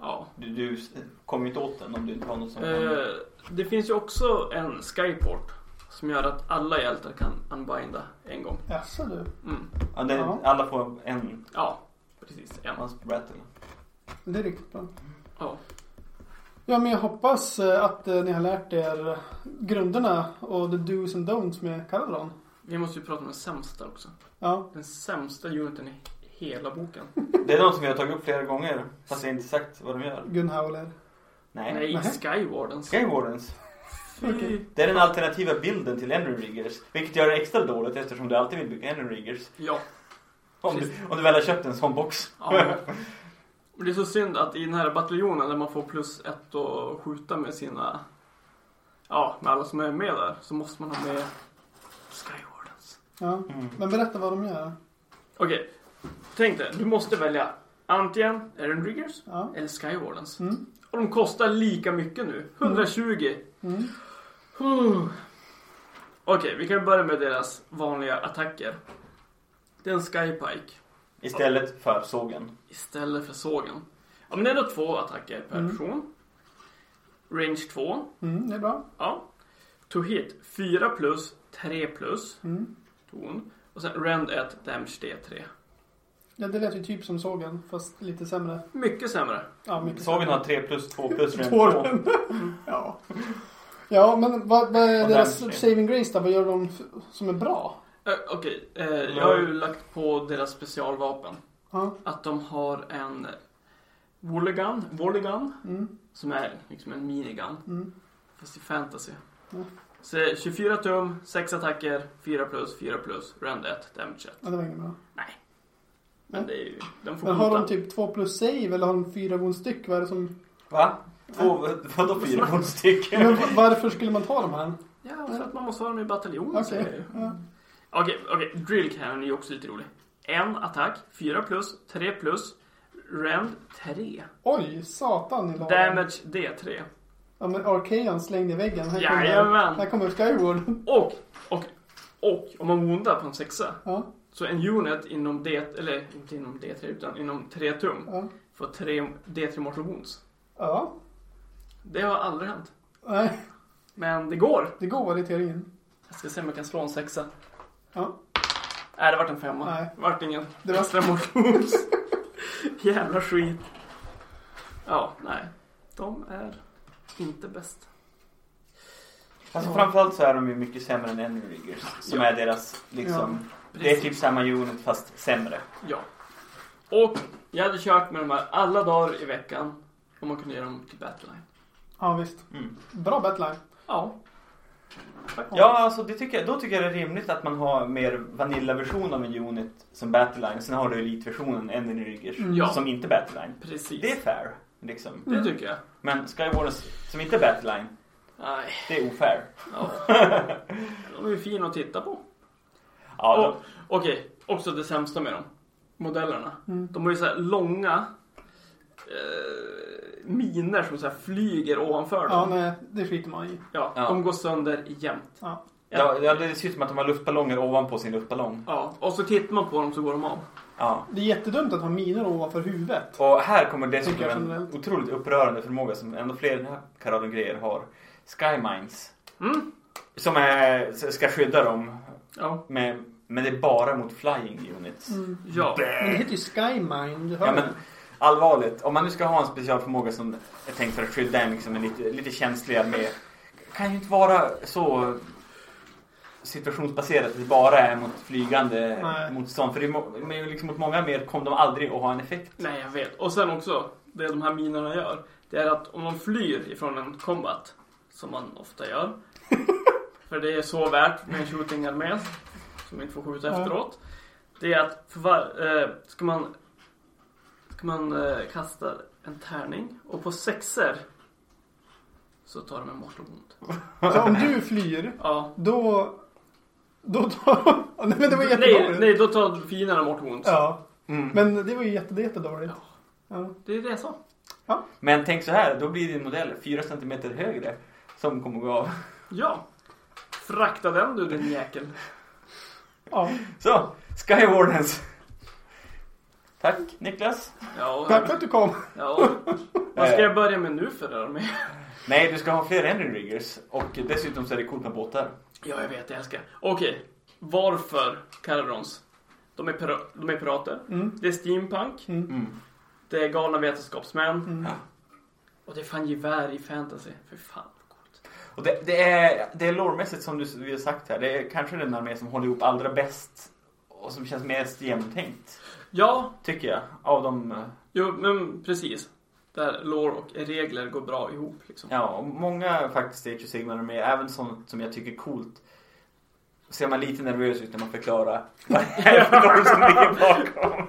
D: Ja.
B: Du, du s- kommer ju inte åt den om du inte har något som kan...
D: Eh, det finns ju också en skyport som gör att alla hjältar kan unbinda en gång.
E: Jaså du.
D: Mm.
B: Ja, det,
E: ja.
B: Alla får en
D: Ja, precis. En.
B: hans battle.
E: Det är riktigt bra.
D: Ja.
E: Ja, men jag hoppas eh, att eh, ni har lärt er grunderna och the do's and don'ts med Caradron.
D: Vi måste ju prata om den sämsta också.
E: Ja,
D: Den sämsta uniten i hela boken.
B: Det är de som vi har tagit upp flera gånger. Fast jag har inte sagt vad de gör.
E: Gun Howler.
B: Nej.
D: Nej,
E: Nej.
D: Skywardens.
B: Skywardens.
D: Fy.
B: Det är den alternativa bilden till Enry Riggers. Vilket gör det extra dåligt eftersom du alltid vill bygga Enry Riggers.
D: Ja.
B: Om du, om du väl har köpt en sån box.
D: ja. Men det är så synd att i den här bataljonen där man får plus ett och skjuta med sina... Ja, med alla som är med där så måste man ha med Skywardens.
E: Ja.
B: Mm.
E: Men berätta vad de gör.
D: Okej. Tänk dig, du måste välja antingen Aaron Riggers
E: Ja.
D: eller Skywardens.
E: Mm.
D: Och de kostar lika mycket nu. 120.
E: Mm.
D: Huh. Okej, vi kan börja med deras vanliga attacker. Det är en Skypike
B: Istället för sågen.
D: istället för sågen. Ja, men det är då två attacker per person. Range 2.
E: Mm, det är bra.
D: Ja. To hit 4 plus, 3 plus.
E: Mm.
D: Ton. Och sen rend 1, damage D3.
E: Ja, det lät ju typ som sågen, fast lite sämre.
D: Mycket sämre.
E: Ja, mycket
B: Sågen har 3 plus 2 plus rent 2.
E: Tåren. ja. ja, men vad, vad är
B: Och
E: deras
B: hamstring.
E: saving grace då? Vad gör de f- som är bra?
D: Ö, Okej, eh, jag har ju lagt på deras specialvapen.
E: Ja.
D: Att de har en Wooligan, Wooligan
E: Mm.
D: som är liksom en minigun.
E: Mm.
D: Fast i fantasy.
E: Mm.
D: Så det är 24 tum, 6 attacker, 4 plus, 4 plus, rend 1, damage 1.
E: ja, det var inget bra.
D: Nej. Men det är ju, den får
E: Men har de
D: skjuta.
E: typ två plus save eller har de fyra wounds styck? Vad är det som...
B: Va? Två, vadå fyra bondstycken?
E: Men varför skulle man ta de här?
D: Ja, för att man måste ha dem i bataljonen. så är det
E: Okej.
D: ju.
E: Ja.
D: Okej, okej. Drill Cannon är ju också lite rolig. En attack, 4 plus, 3 plus, rend 3.
E: Oj, satan i ladan.
D: Damage D3.
E: Ja, men Arkean slängde i väggen. Här
D: Jajamän.
E: kommer, här kommer Skyward.
D: Och, och, och om man woundar på en sexa.
E: Ja,
D: Så en unit inom D, eller inte inom D3 utan inom 3 tum
E: ja.
D: får 3, D3 mortal wounds.
E: ja.
D: Det har aldrig hänt.
E: Nej,
D: Men det går.
E: det går i teorin.
D: Jag ska se om jag kan slå en sexa.
E: Ja.
D: Nej, det vart en femma.
E: Nej.
D: Det vart ingen.
E: Det var-
D: extra mortal wounds. Jävla skit. Ja, nej. De är inte bäst.
B: Alltså framförallt så är de ju mycket sämre än Enry Riggers. Som
D: Ja.
B: är deras liksom... Det är
D: Precis.
B: typ samma unit fast sämre.
D: Ja. Och jag hade kört med de här alla dagar i veckan. Om man kunde göra dem till Battleline.
E: Ja, visst.
B: Mm.
E: Bra battline.
D: Ja.
B: Ja, alltså det tycker jag, då tycker jag det är rimligt att man har mer vanilla-version av en unit som Battleline. Sen har du elitversionen, Enry Riggers,
D: Mm. Ja.
B: som inte är Battleline.
D: Precis.
B: Det är fair, liksom.
E: Mm.
D: Det tycker jag.
B: Men Skywardens, som inte är Battleline,
D: Nej.
B: det är ofair.
D: Ja. De är ju fina att titta på.
B: Ja,
D: Och, Okej, också det sämsta med dem. Modellerna.
E: Mm.
D: De har ju så här långa eh, miner som så här flyger ovanför
E: Ja,
D: dem.
E: nej, det skiter man i.
D: Ja,
B: Ja.
D: De går sönder jämt.
E: Ja.
B: Ja, ja, det ser ut som att de har luftballonger ovanpå sin luftballong.
D: Ja, och så tittar man på dem så går de av.
B: Ja.
E: Det är jättedumt att ha minor ovanför huvudet.
B: Och här kommer dessutom
E: Tycker jag
B: en
E: generellt.
B: otroligt upprörande förmåga som ändå fler i den här karaden grejer har. Skymines.
D: Mm.
B: Som är, ska skydda dem.
D: Ja.
B: Med, men det är bara mot flying units.
E: Mm.
D: ja.
E: Men det heter ju Skymind.
B: Ja, men allvarligt, om man nu ska ha en specialförmåga som är tänkt för att skydda en liksom, en lite, lite känsliga med kan ju inte vara så situationsbaserat att det bara är mot flygande
E: Nej.
B: motstånd. För det är, må- men ju liksom mot många mer kom de aldrig att ha en effekt.
D: Nej, jag vet. Och sen också, det de här minorna gör, det är att om man flyr ifrån en combat, som man ofta gör, för det är så värt med en shooting-armé, som inte får skjuta
E: Ja.
D: efteråt, det är att för var, eh, ska man, ska man eh, kasta en tärning och på sexer så tar de en mortal wound.
E: Så om du flyr,
D: Ja.
E: då... Då tar... Ja, nej, men det var
D: Nej,
E: jättedåligt.
D: nej, då tar fienderna mortal wounds.
E: Ja.
B: Mm.
E: Men det var ju jätte, jättedåligt.
D: Ja.
E: Ja.
D: Det är det jag sa.
E: Ja.
B: Men tänk så här, då blir din modell 4 cm högre som kommer gå av.
D: Ja. Frakta den du din jäkel.
E: Ja.
B: Så, Sky Warnens. Tack Niklas.
D: Ja,
E: Tack för att du kom.
D: ja. Vad ska jag börja med nu för det med?
B: Nej, du ska ha fler Engine Riggers och dessutom så är det coolt med båtar.
D: Ja, jag vet, jag älskar. Okej, varför Caradons? De är, pira- de är pirater.
E: Mm.
D: Det är steampunk.
B: Mm.
D: Det är galna vetenskapsmän.
B: Ja.
D: Och det är fan gevär i fantasy. För fan vad coolt.
B: Och det, det är, det är lårmässigt som du vi har sagt här, det är kanske den armé som håller ihop allra bäst och som känns mest genomtänkt,
D: Ja,
B: tycker jag, av de eh,
D: jo, men precis. Där lore och regler går bra ihop liksom.
B: Ja, och många faktiskt Age of Sigmar är med, även sånt som jag tycker är coolt. Ser man lite nervös ut när man förklarar vad det är för någon som ligger bakom.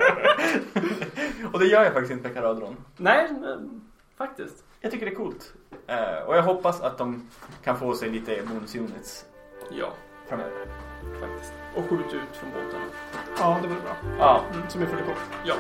B: och det gör jag faktiskt inte med Karadron.
D: Nej, men, faktiskt.
B: Jag tycker det är coolt. Eh, och jag hoppas att de kan få sig lite bonus units
D: Ja,
B: framöver.
D: faktiskt. Och skjut ut från båtarna.
E: Ja, det var bra. Mm,
B: Ja,
E: Som är 40
D: Ja.